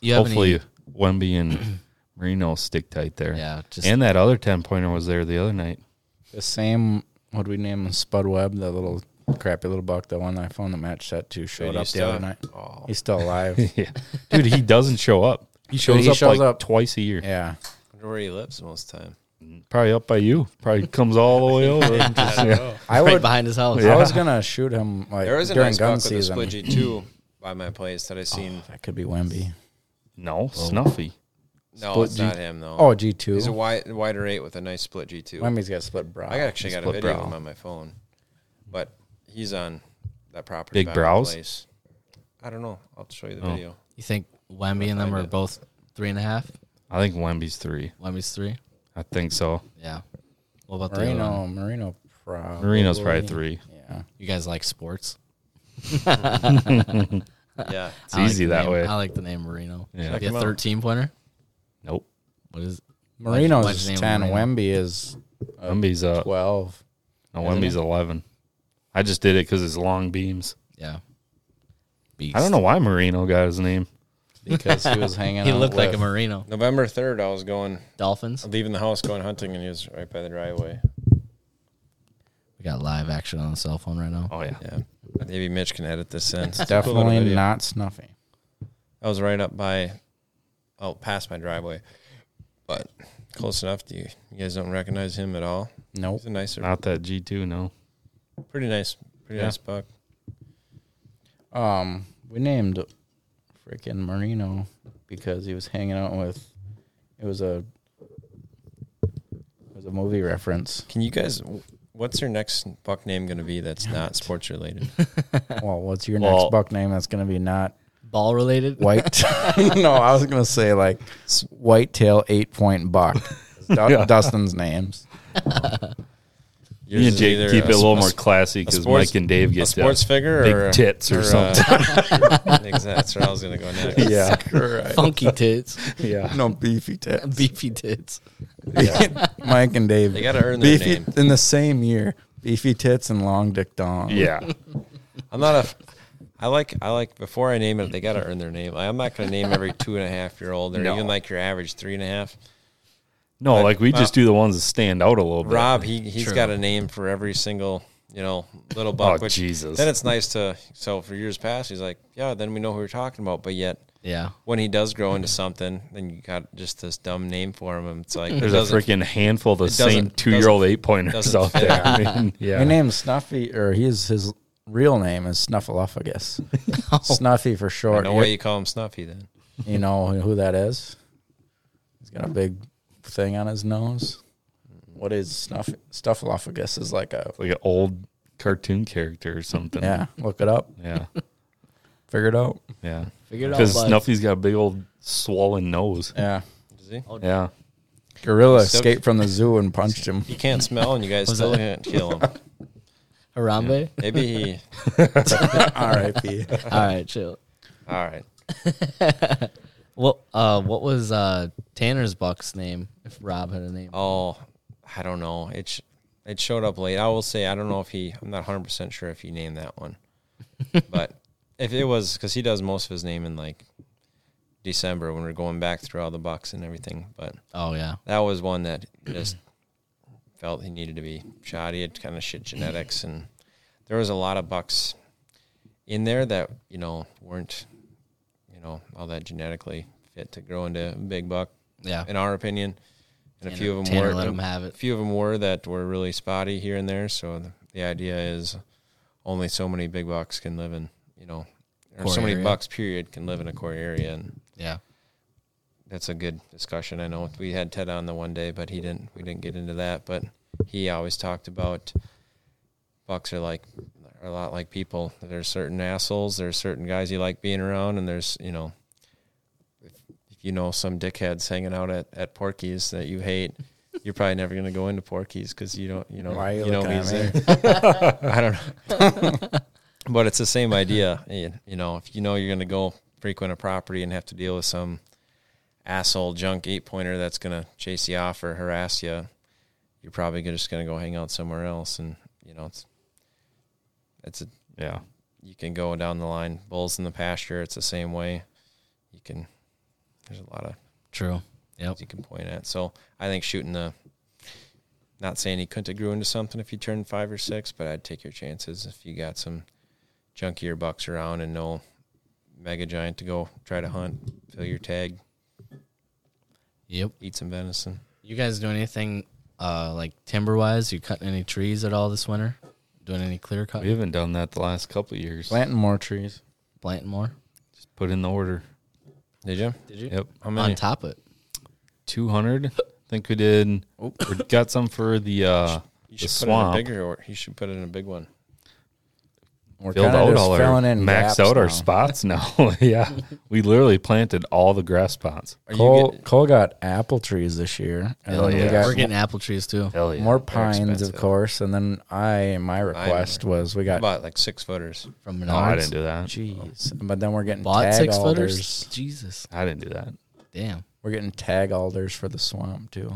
B: You have
C: Hopefully Wemby and Marino stick tight there.
B: any? Yeah, just
C: And that other ten pointer was there the other night.
E: The same what do we name him? Spud Webb, the little crappy little buck, the one that I found the match set to showed
D: Dude,
E: up
D: he's
E: the other
D: still-
E: night.
D: Oh,
E: He's still alive.
C: yeah. Dude, he doesn't show up. He shows
E: he
C: up
E: shows
C: like
E: up.
C: twice a year.
E: yeah.
D: wonder where he lives most of the time.
C: Probably up by you. Probably comes all the way over. and just-
E: I
B: right
E: would
B: behind his house.
E: I was gonna shoot him like
D: There is a
E: during
D: nice buck
E: gun
D: with a
E: season.
D: squidgy too by my place that I seen.
B: Oh.
E: That could be Wemby.
C: No, Snuffy.
D: no,
C: split
D: it's
C: G-
D: not him though.
E: Oh, G two.
D: he's a wide wider eight with a nice split G two.
E: Wemby's got split brow.
D: I actually got a
C: Split
D: video
C: brow.
D: of him on my phone, but he's on that property.
C: Big
D: by my
C: brows?
D: place. I don't know. I'll show you the
C: Oh.
D: video.
B: You think Wemby and them are both three and a half?
C: I think Wemby's three.
B: Wemby's three?
C: I think so.
B: Yeah. What about the other one?
E: Marino, Marino probably.
D: Oh,
C: Marino's probably three.
E: Yeah.
B: You guys like sports?
D: Yeah,
C: It's
B: I like
C: easy
B: the
C: that
B: name-
C: way.
B: I like the name Marino.
C: Yeah.
B: Yeah.
C: Check
B: You got 13 pointer?
C: Nope.
B: What is
E: Marino's
B: why'd you name
E: ten.
B: Marino?
E: Wemby is
C: Wemby's uh
E: twelve.
C: no Wemby's eleven. I just did it because it's long beams.
B: Yeah. Beast.
C: I don't know why Marino got his name.
E: because he was hanging
B: He
E: out
B: looked like a
E: with-
B: Marino.
D: November third, I was going
B: Dolphins.
D: leaving the house, going hunting, and he was right by the driveway.
B: We got live action on the cell phone right now.
C: Oh yeah,
D: Yeah, maybe Mitch can edit this in.
E: Definitely not snuffy.
D: I was right up by, oh, past my driveway, but close enough. Do you, you guys don't recognize him at all?
E: Nope.
D: He's a nicer,
C: not that G two. No,
D: pretty nice, pretty
C: Yeah.
D: nice buck.
E: Um, we named freaking Marino because he was hanging out with. It was a. It was a movie reference.
D: Can you guys? What's your next buck name going to be? That's not sports related.
E: Well, what's your
C: Well-
E: next buck name? That's gonna be not
B: Ball related?
E: white. no, I was gonna say like whitetail eight point buck. Du- Dustin's names.
C: you and Jake keep it a little more classy because
D: sports-
C: Mike and Dave
D: A
C: get
D: sports
C: that
D: figure,
C: big
D: or
C: tits or,
D: uh,
C: something.
D: Exactly. That's where I was going to go next.
C: yeah,
B: Funky tits.
C: yeah.
E: No beefy tits.
B: Beefy tits.
E: Mike and Dave.
D: They gotta earn their
E: beefy
D: name.
E: in the same year. Beefy tits and long dick dong.
C: Yeah,
D: I'm not a. I like I like before I name it, they got to earn their name. I- I'm not going to name every two and a half year old or
C: No.
D: even like your average three and a half.
C: no, like we just do the ones that stand out a little bit.
D: Rob, he he's
B: True.
D: got a name for every single you know little buck.
C: Oh, Jesus.
D: Then it's nice to so for years past, he's like, yeah. Then we know who we're talking about, but yet
B: Yeah.
D: when he does grow into something, then you got just this dumb name for him. and It's like it
C: There's a
D: doesn't,
C: freaking handful of the
D: doesn't-
C: same two year old eight pointers
D: doesn't
C: out there. I mean, yeah.
E: My name's Snuffy, or he's his real name is Snuffleupagus. Snuffy for short.
D: no
E: You-
D: way you call him Snuffy then.
E: You know who that is? He's got a big thing on his nose. What is snuff Snuffleupagus? Is like a
C: like an old cartoon character or something.
E: yeah. Look it up.
C: Yeah.
E: Figure it out.
C: Yeah.
B: Figured out.
C: Because
B: bud.
C: Snuffy's got a big old swollen nose.
E: Yeah.
D: Does he?
C: Yeah.
E: Gorilla
D: Stuff-
E: escaped from the zoo and punched him.
D: He can't smell, and you guys still can't kill him.
B: Harambe.
D: Maybe he.
E: R.I.P.
B: All right, chill.
D: All right.
B: What uh what was uh Tanner's Buck's name if Rob had a name?
D: Oh, I don't know. It sh- it showed up late. I will say I don't know if he. I'm not 100 percent sure if he named that one, but if it was because he does most of his name in like December when we're going back through all the bucks and everything. But
B: Oh yeah.
D: that was one that just felt he needed to be shot. He had kind of shit genetics, and there was a lot of bucks in there that you know weren't you know all that genetically fit to grow into a big buck
B: Yeah.
D: in our opinion. And a few of them
B: Tanner
D: were
B: let him have
D: A
B: it.
D: few of them were that were really spotty here and there. So the, the idea is only so many big bucks can live in you know, or
B: Core
D: so many
B: area.
D: bucks period can live in a core area, and
B: Yeah.
D: that's a good discussion. I know we had Ted on the one day, but he didn't. We didn't get into that. But he always talked about bucks are like are a lot like people. There's certain assholes. There's certain guys you like being around, and there's you know, if, if you know some dickheads hanging out at at Porky's that you hate. You're probably never gonna go into Porky's because you don't, you know,
E: Why are you,
D: know
E: looking
D: he's
E: at
D: there.
E: me?
D: I don't know. but it's the same idea. You you know, if you know you're going to go frequent a property and have to deal with some asshole junk eight pointer that's going to chase you off or harass you, you're probably gonna- just going to go hang out somewhere else. And, you know, it's, it's a,
C: Yeah.
D: you can go down the line. Bulls in the pasture, it's the same way. You can, there's a lot of
B: True. Yep.
D: things you can point at. So I think shooting the, not saying he couldn't have grew into something if you turned five or six, but I'd take your chances if you got some junkier bucks around and no mega giant to go try to hunt, fill your tag,
B: Yep.
D: eat some venison.
B: You guys doing anything uh like timber wise? You cutting any trees at all this winter? Doing any clear cut
C: We haven't done that the last couple of years.
E: Planting more trees.
B: planting more?
C: Just put in the order.
D: Did you?
B: Did you?
C: Yep.
D: How many?
B: On top of it.
C: 200. I think we did. We got some for the, uh,
D: Oh. You
C: the
D: should put it in a
C: swamp.
D: bigger or you should put it in a big one.
E: We're
C: filled
E: kinda
C: out
E: just
C: all our
E: filling in gaps
C: maxed out our
E: now.
C: spots now. yeah, we literally planted all the grass spots.
D: Are
E: Cole,
D: you get,
E: Cole got apple trees this year. And
B: Hell
E: then
B: yeah.
E: we got
B: We're getting apple trees too.
C: Hell yeah!
E: more pines, of
D: expensive.
E: course. And then I, my request was we got
D: about like six footers?
B: From
C: no, I
B: Menards.
C: didn't do that.
E: Jeez. But then we're getting
B: Bought
E: tag
B: six
E: alders.
B: footers. Jesus.
C: I didn't do that.
B: Damn.
E: We're getting tag alders for the swamp too.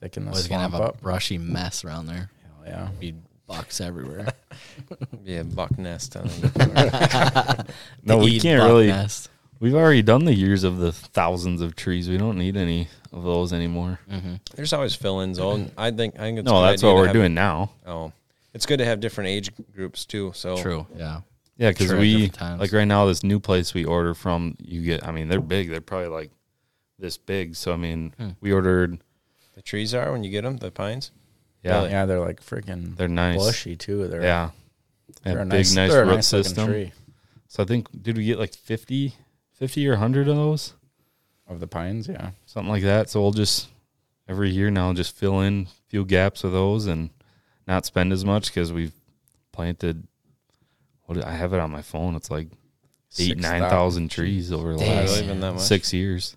E: Thicken the
B: Always gonna
E: swamp
B: have a
E: up.
B: brushy mess around there.
E: Hell yeah.
B: Be bucks everywhere.
D: Yeah, buck nest. I don't know.
C: No,
B: The
C: we
B: Eid
C: can't
B: buck
C: really.
B: nest.
C: We've already done the years of the thousands of trees. We don't need any of those anymore.
D: There's always fill-ins. Old. I think. I think it's a
C: No,
D: good
C: that's
D: idea
C: what
D: to
C: we're
D: have-
C: doing now.
D: Oh, it's good to have different age groups too. So
B: True. Yeah.
C: Yeah, because
B: Sure, at
C: we
B: different times.
C: like right now this new place we order from. You get, I mean, they're big. They're probably like this big. So I mean,
B: Hmm.
C: we ordered.
D: The trees are when you get them, the pines.
C: Yeah,
D: Really?
E: Yeah, they're like freaking
C: they're nice.
E: bushy too. They're
C: Yeah,
E: they're
C: and
E: a
C: big, nice,
E: they're a
C: root
E: looking
C: system.
E: tree
C: So I think did we get like 50, 50 or hundred of those,
E: of the pines. Yeah,
C: something like that. So we'll just every year now just fill in a few gaps of those and not spend as much because we've planted. What did- I have it on my phone. It's like eight
E: Six
C: nine
E: thou-
C: thousand trees over the
B: Damn.
D: Really,
C: last
D: been that much?
C: six years.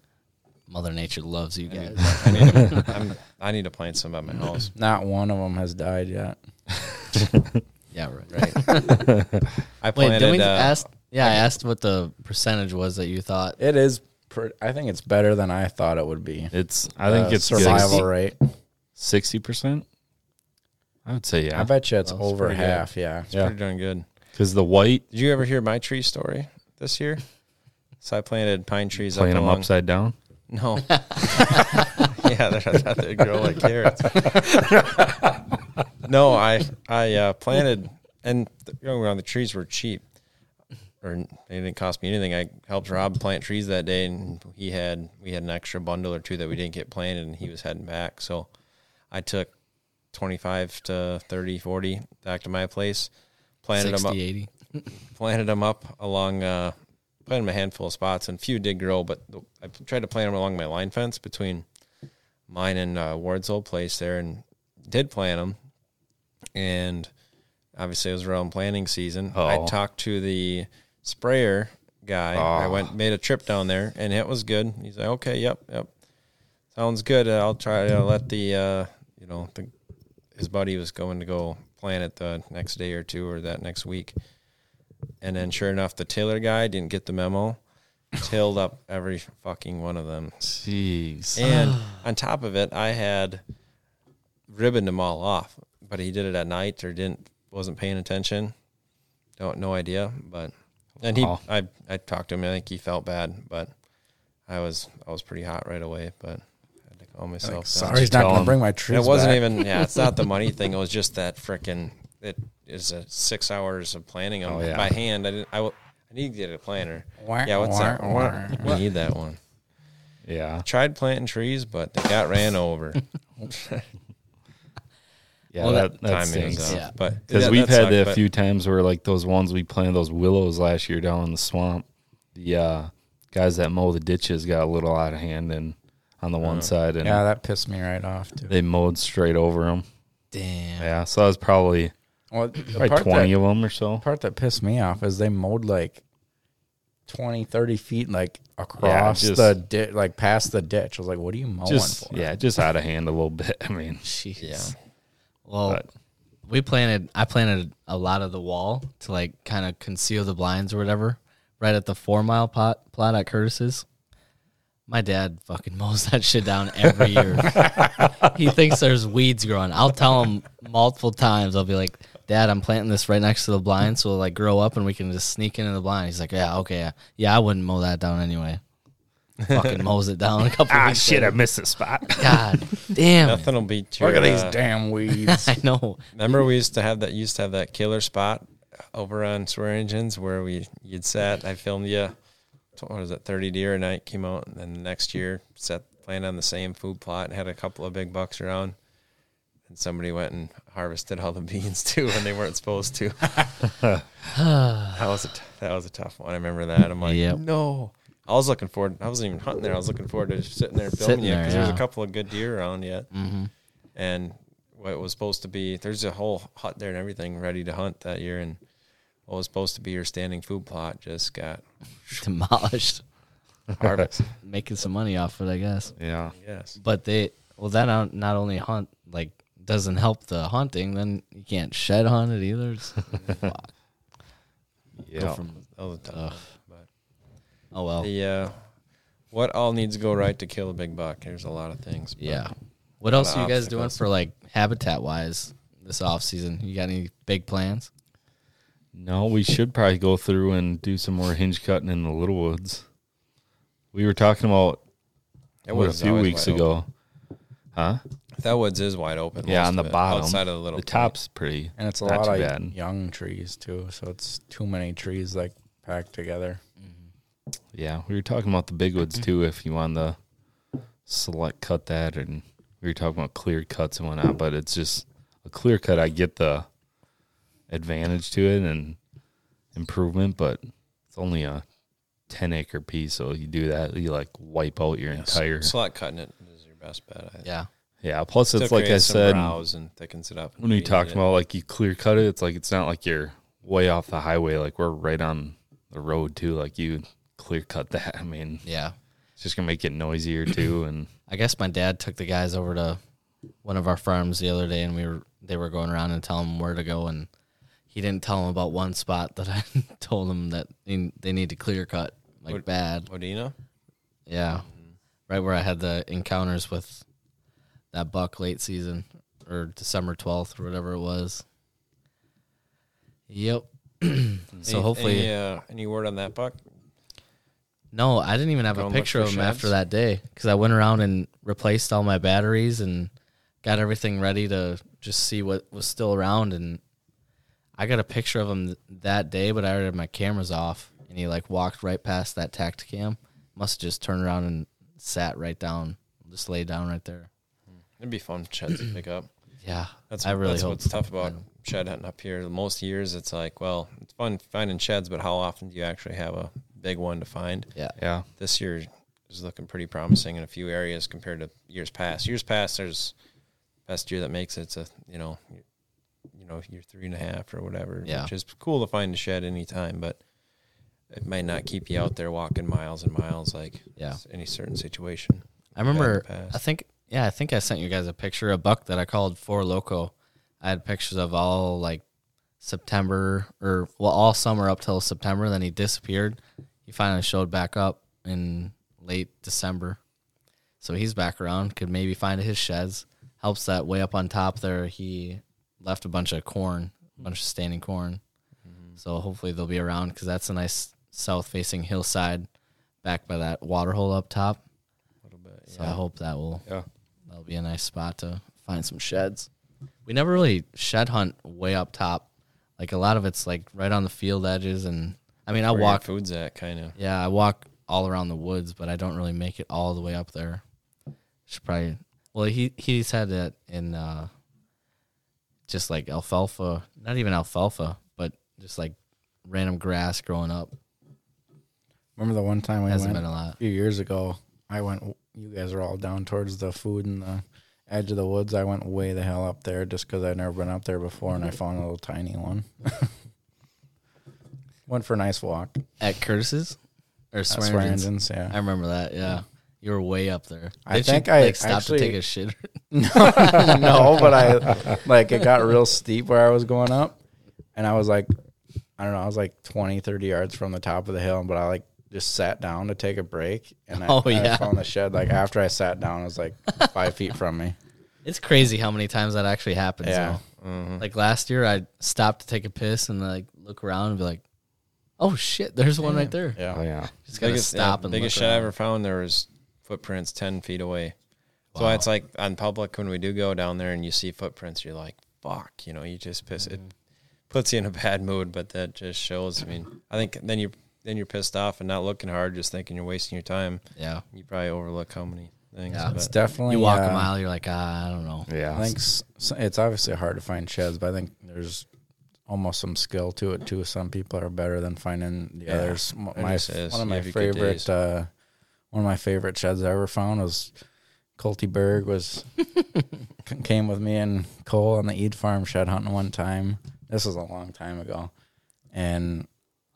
B: Mother Nature loves you guys.
D: I need, to, I'm, I need to plant some at my house.
E: Not one of them has died yet.
B: yeah, right.
D: Right. I
B: Wait,
D: planted.
B: did we
D: uh,
B: ask? Yeah, I asked what the percentage was that you thought.
E: It is. Pr- I think it's better than I thought it would be.
C: It's I think
E: Uh,
C: it's
E: survival rate.
C: sixty percent. I would say
E: I
C: yeah,
E: bet you it's
B: Well, it's
E: over
D: pretty good.
E: half. Yeah.
D: it's pretty darn good.
C: because the white
D: Did you ever hear my tree story this year? So I planted pine trees.
C: playing
D: up
C: them
D: along-
C: upside down.
D: No. yeah, they're, I thought they grow like carrots. no, I I uh, planted, and th- don't get me wrong, the trees were cheap, or it didn't cost me anything. I helped Rob plant trees that day, and he had we had an extra bundle or two that we didn't get planted, and he was heading back. So I took 25 to 30, 40 back to my place, planted them up,
B: 60, 80.
D: planted them up along, uh, planted 'em a handful of spots, and few did grow, but the, I tried to plant them along my line fence between mine and uh, Ward's old place there, and did plant them, and obviously it was around planting season. I
C: Oh.
D: talked to the sprayer guy. I went made a trip down there, and it was good. He's like, okay, yep, yep, sounds good. Uh, I'll try to let the uh, you know the, his buddy was going to go plant it the next day or two or that next week, and then sure enough, the Taylor guy didn't get the memo. Tilled up every fucking one of them.
C: Jeez.
D: And on top of it, I had ribboned them all off, but he did it at night or didn't wasn't paying attention. Don't no idea, but and he
C: Wow.
D: I I talked to him. I think he felt bad, but I was I was pretty hot right away, but I had to calm myself. down.
E: Sorry, he's not
C: tell
E: going to
C: him.
E: bring my trees.
D: It wasn't
E: back.
D: even yeah. It's not the money thing. It was just that frickin' it is a six hours of planning on
C: Oh, yeah.
D: by hand. I didn't. I, w- I need to get a planner.
E: Wah,
D: yeah, what's that?
E: wah, wah.
D: We need that one.
C: Yeah.
D: Tried planting trees, but they got ran over.
C: Yeah.
B: Well,
C: that, that
D: timing is
C: stinks.
D: off.
B: Yeah.
D: But
C: Because
D: that-
C: we've
D: that
C: had
D: sucked,
C: that a
D: but
C: few times where like those ones we planted those willows last year down in the swamp. The uh, guys that mow the ditches got a little out of hand and on the one side and
E: Yeah, that pissed me right off too.
C: they mowed straight over them.
B: Damn.
C: Yeah, so that was probably
E: Well, the
C: probably
E: part
C: twenty
E: that,
C: of them or so.
E: part that pissed me off is they mowed like 20, 30 feet like across
C: just-
E: the ditch, like past the ditch. I was like, what are you mowing
C: Just
E: for?
C: yeah, just out of hand a little bit. I mean,
B: Jeez.
D: Yeah.
B: Well,
C: But-
B: we planted. I planted a lot of the wall to like kind of conceal the blinds or whatever. Right at the four mile pot plot at Curtis's. My dad fucking mows that shit down every year. he thinks there's weeds growing. I'll tell him multiple times. I'll be like, "Dad, I'm planting this right next to the blind, so it'll like grow up, and we can just sneak into the blind." He's like, "Yeah, okay, yeah, yeah I wouldn't mow that down anyway." fucking mows it down a couple.
C: ah
B: weeks
C: shit, I
B: later.
C: missed the spot.
B: God damn. it.
D: Nothing will beat your.
E: Look at these
D: uh,
E: damn weeds.
B: I know.
D: remember, we used to have that. Used to have that killer spot over on Swear Engines where we you'd sat. I filmed you. tw- What was it? Thirty deer a night came out, and then the next year set planned on the same food plot and had a couple of big bucks around. And somebody went and harvested all the beans too when they weren't supposed to. that was a t- that was a tough one. I remember that. I'm like,
B: Yep.
D: no. I was looking forward. I wasn't even hunting there. I was looking forward to just sitting there filming
B: Sitting
D: you
B: there,
D: because there's a
B: yeah. Mm-hmm.
D: couple of good deer around yet. And what was supposed to be, there's a whole hut there and everything ready to hunt that year. And what was supposed to be your standing food plot just got
B: demolished,
D: harvest.
B: making some money off it, I guess.
C: yeah,
D: yes.
B: But they well, that not not only hunt like doesn't help the hunting. Then you can't shed hunt it either. It's- fuck.
C: yeah.
B: from-
D: That was a tough one. But
B: oh well,
D: the uh, what all needs to go right to kill a big buck. There's a lot of things. but
B: yeah. What else are you guys doing
D: obstacles.
B: for like habitat wise this off season? You got any big plans?
C: No, we should probably go through and do some more hinge cutting in the little woods. We were talking about
D: that
C: what, a
D: wood's
C: few
D: always
C: weeks
D: wide
C: ago.
D: open. That woods is wide open.
C: Yeah,
D: most
C: on the
D: of it,
C: bottom,
D: outside of the little
C: the
D: point.
C: top's pretty,
E: and it's a
C: not
E: lot
C: too
E: of
C: bad.
E: young trees too. So it's too many trees like packed together.
C: Yeah, we were talking about the big woods too. If you want to select cut that, and we were talking about clear cuts and whatnot, but it's just a clear cut. I get the advantage to it and improvement, but it's only a ten acre piece. So you do that, you like wipe out your entire.
D: Slot cutting it is your best bet. I think.
B: Yeah,
C: Yeah. Plus,
D: Still
C: it's like I
D: creates some
C: said,
D: browse and thickens it up.
C: when you
D: Needs
C: talk
D: it.
C: about like you clear cut it, it's like it's not like you're way off the highway. Like we're right on the road too. Like you clear cut that. I mean,
B: yeah.
C: it's just gonna make it noisier too. And
B: I guess my dad took the guys over to one of our farms the other day, and we were they were going around and telling them where to go, and he didn't tell them about one spot that I told him that they they need to clear cut like
D: What-
B: bad.
D: Odina,
B: Yeah, right where I had the encounters with that buck late season or December twelfth or whatever it was. Yep. so
D: Any-
B: hopefully,
D: any, uh, any word on that buck?
B: no, I didn't even have
D: Go
B: a
D: and look
B: picture
D: for
B: of him after
D: sheds?
B: that day because I went around and replaced all my batteries and got everything ready to just see what was still around. And I got a picture of him th- that day, but I already had my cameras off. and he like walked right past that tacticam. Must have just turned around and sat right down, just lay down right there.
D: It'd be fun sheds to pick up.
B: Yeah,
D: That's
B: I really
D: that's
B: hope.
D: what's tough about shed hunting up here. Most years it's like, well, it's fun finding sheds, but how often do you actually have a big one to find?
B: Yeah,
C: Yeah.
D: This year is looking pretty promising in a few areas compared to years past. Years past, there's best year that makes it, it's a you know, you, you know, you're three and a half or whatever,
B: Yeah.
D: which is cool to find a shed anytime, but it might not keep you out there walking miles and miles like
B: Yeah.
D: s- any certain situation.
B: I remember.
D: the past.
B: I think yeah, I think I sent you guys a picture a buck that I called Four Loco. I had pictures of all like September or well all summer up till September. Then he disappeared. He finally showed back up in late December, so he's back around. Could maybe find his sheds. Helps that way up on top there. He left a bunch of corn, a bunch of standing corn.
C: Mm.
B: So hopefully they'll be around because that's a nice south facing hillside back by that water hole up top. So I hope that will
C: Yeah.
B: that'll be a nice spot to find some sheds. We never really shed hunt way up top. Like a lot of it's like right on the field edges and I mean I
D: Where your
B: walk
D: food's at kind of.
B: yeah, I walk all around the woods, but I don't really make it all the way up there. Should probably well he he said that in uh just like alfalfa not even alfalfa, but just like random grass growing up.
E: Remember the one time we
B: Hasn't
E: went
B: been a lot.
E: few years ago? I went. You guys were all down towards the food and the edge of the woods. I went way the hell up there just because I'd never been up there before, and I found a little tiny one. went for a nice walk.
B: At Curtis's or
E: at
B: Swearingen's.
E: Swearingen's, yeah.
B: I remember that. Yeah, you were way up there.
E: I
B: Did you,
E: think I
B: like stopped
E: actually-
B: to take a shit.
E: no, but I like it got real steep where I was going up, and I was like, I don't know, I was like 20, 30 yards from the top of the hill, but I like just sat down to take a break, and I,
B: Oh,
E: I
B: yeah.
E: found the shed. Like after I sat down, it was like five feet from me.
B: It's crazy how many times that actually happens.
E: Yeah. Mm.
B: though. Like last year, I stopped to take a piss and like look around and be like, "Oh shit, there's one right there."
E: Yeah,
C: Oh yeah.
B: Just gotta
D: biggest, yeah,
B: stop and
D: biggest
B: look
D: shed I
B: around.
D: ever found. There was footprints ten feet away. So it's like on public when we do go down there and you see footprints, you're like, "Fuck," you know. You just piss
B: Mm-hmm.
D: it puts you in a bad mood, but that just shows. I mean, I think then you then you're pissed off and not looking hard, just thinking you're wasting your time.
B: Yeah,
D: You probably overlook how many things.
B: Yeah.
E: it's
D: but
E: definitely
B: you walk
E: uh,
B: a mile, you're like, ah, I don't know.
C: Oh, Yeah.
E: I think s- s- it's obviously hard to find sheds, but I think there's almost some skill to it too. Some people are better than finding the others. M-
D: It
E: My
D: just is.
E: one of
D: You
E: my
D: have your good
E: favorite
D: days.
E: uh, one of my favorite sheds I ever found was Colty Berg was c- came with me and Cole on the Ead Farm shed hunting one time. This was a long time ago, and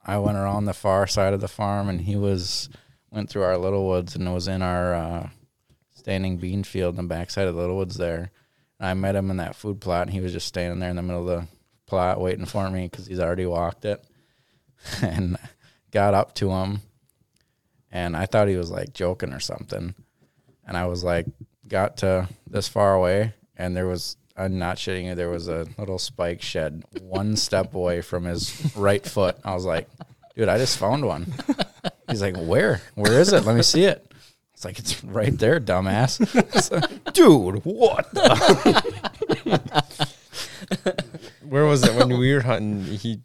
E: I went around the far side of the farm, and he was went through our little woods and was in our uh, standing bean field on the backside of the little woods there. And I met him in that food plot, and he was just standing there in the middle of the plot waiting for me because he's already walked it. and got up to him, and I thought he was like joking or something. And I was like, got to this far away, and there was. I'm not shitting you. There was a little spike shed one step away from his right foot. I was like, dude, I just found one. He's like, where? Where is it? Let me see it. It's like it's right there, dumbass. It's like, Dude, what? The?
D: where was it when we were hunting? He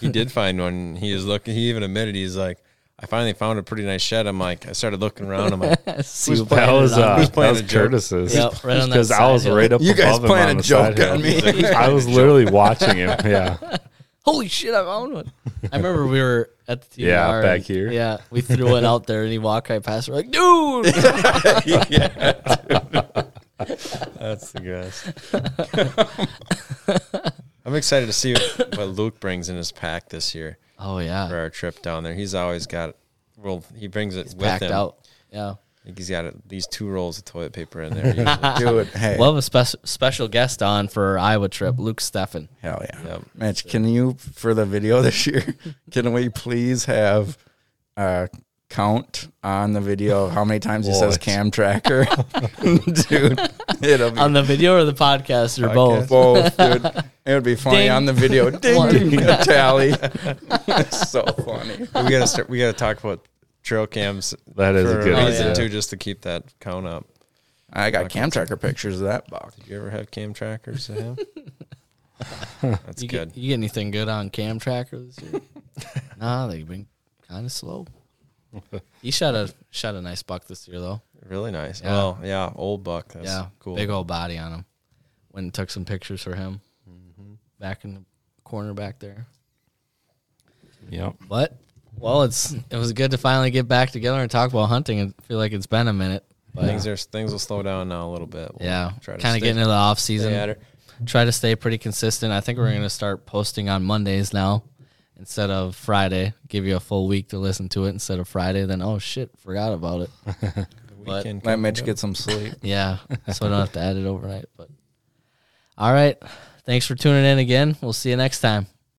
D: he did find one. He was looking. He even admitted he's like, "I finally found a pretty nice shed." I'm like, I started looking around. I'm like,
B: See who
C: that
B: planted
C: was
B: it on
C: uh,
B: me.
D: Who's playing
C: that
D: a
C: was
D: joke?
C: Curtis's.
B: Yep, right on that
C: Because I
B: side
C: was
B: hill.
C: right up.
E: You guys
C: above him
E: playing
C: on
E: a
C: the
E: joke
C: side
E: on
C: hill.
E: me.
C: I was literally watching him. Yeah,
B: Holy shit, I found one. I remember we were at the TBR.
C: Yeah,
B: and-
C: back here.
B: Yeah, we threw it out there and he walked right past. We're like, dude,
D: That's the best. I'm excited to see what, what Luke brings in his pack this year
B: oh yeah,
D: for our trip down there. He's always got, well, he brings it with
B: packed
D: him.
B: out. Yeah.
D: I think he's got at least two rolls of toilet paper in there. usually.
E: Dude, hey.
B: We'll have a spec- special guest on for our Iowa trip, Luke Steffen.
E: Hell yeah.
D: Yep.
E: Mitch, can you, for the video this year, can we please have a count on the video of how many times he says
C: What?
E: cam tracker? dude, it'll be
B: on the video or the podcast or both.
E: both, dude. It would be funny
B: Ding.
E: on the video. Ding,
B: One.
E: ding, a tally. it's so funny.
D: we gotta start. We gotta talk about trail cams.
C: That is a
D: for
C: good
D: reason
C: idea.
D: too, just to keep that count up.
E: I got cam tracker pictures of that box.
D: Did you ever have cam trackers? to have? That's
B: You
D: good.
B: get, you get anything good on Cam Tracker this year? nah, they've been kind of slow. he shot a shot a nice buck this year though.
D: Really nice.
B: Yeah.
D: Oh yeah, old buck. That's
B: yeah,
D: cool.
B: Big old body on him. Went and took some pictures for him.
D: Mm-hmm.
B: Back in the corner back there.
C: Yep.
B: But well, it's it was good to finally get back together and talk about hunting. I feel like it's been a minute. But
D: Things are things will slow down now a little bit. We'll
B: yeah,
D: try
B: kind
D: to stay-
B: of getting into the off
D: stay
B: season.
D: at it.
B: try to stay pretty consistent. I think we're going to start posting on Mondays now instead of Friday. Give you a full week to listen to it instead of Friday. Then oh shit, forgot about it. But-
D: Weekend
E: Let
D: coming
E: Mitch
D: up.
E: get some sleep.
B: Yeah, so I don't have to add it overnight. But all right, thanks for tuning in again. We'll see you next time.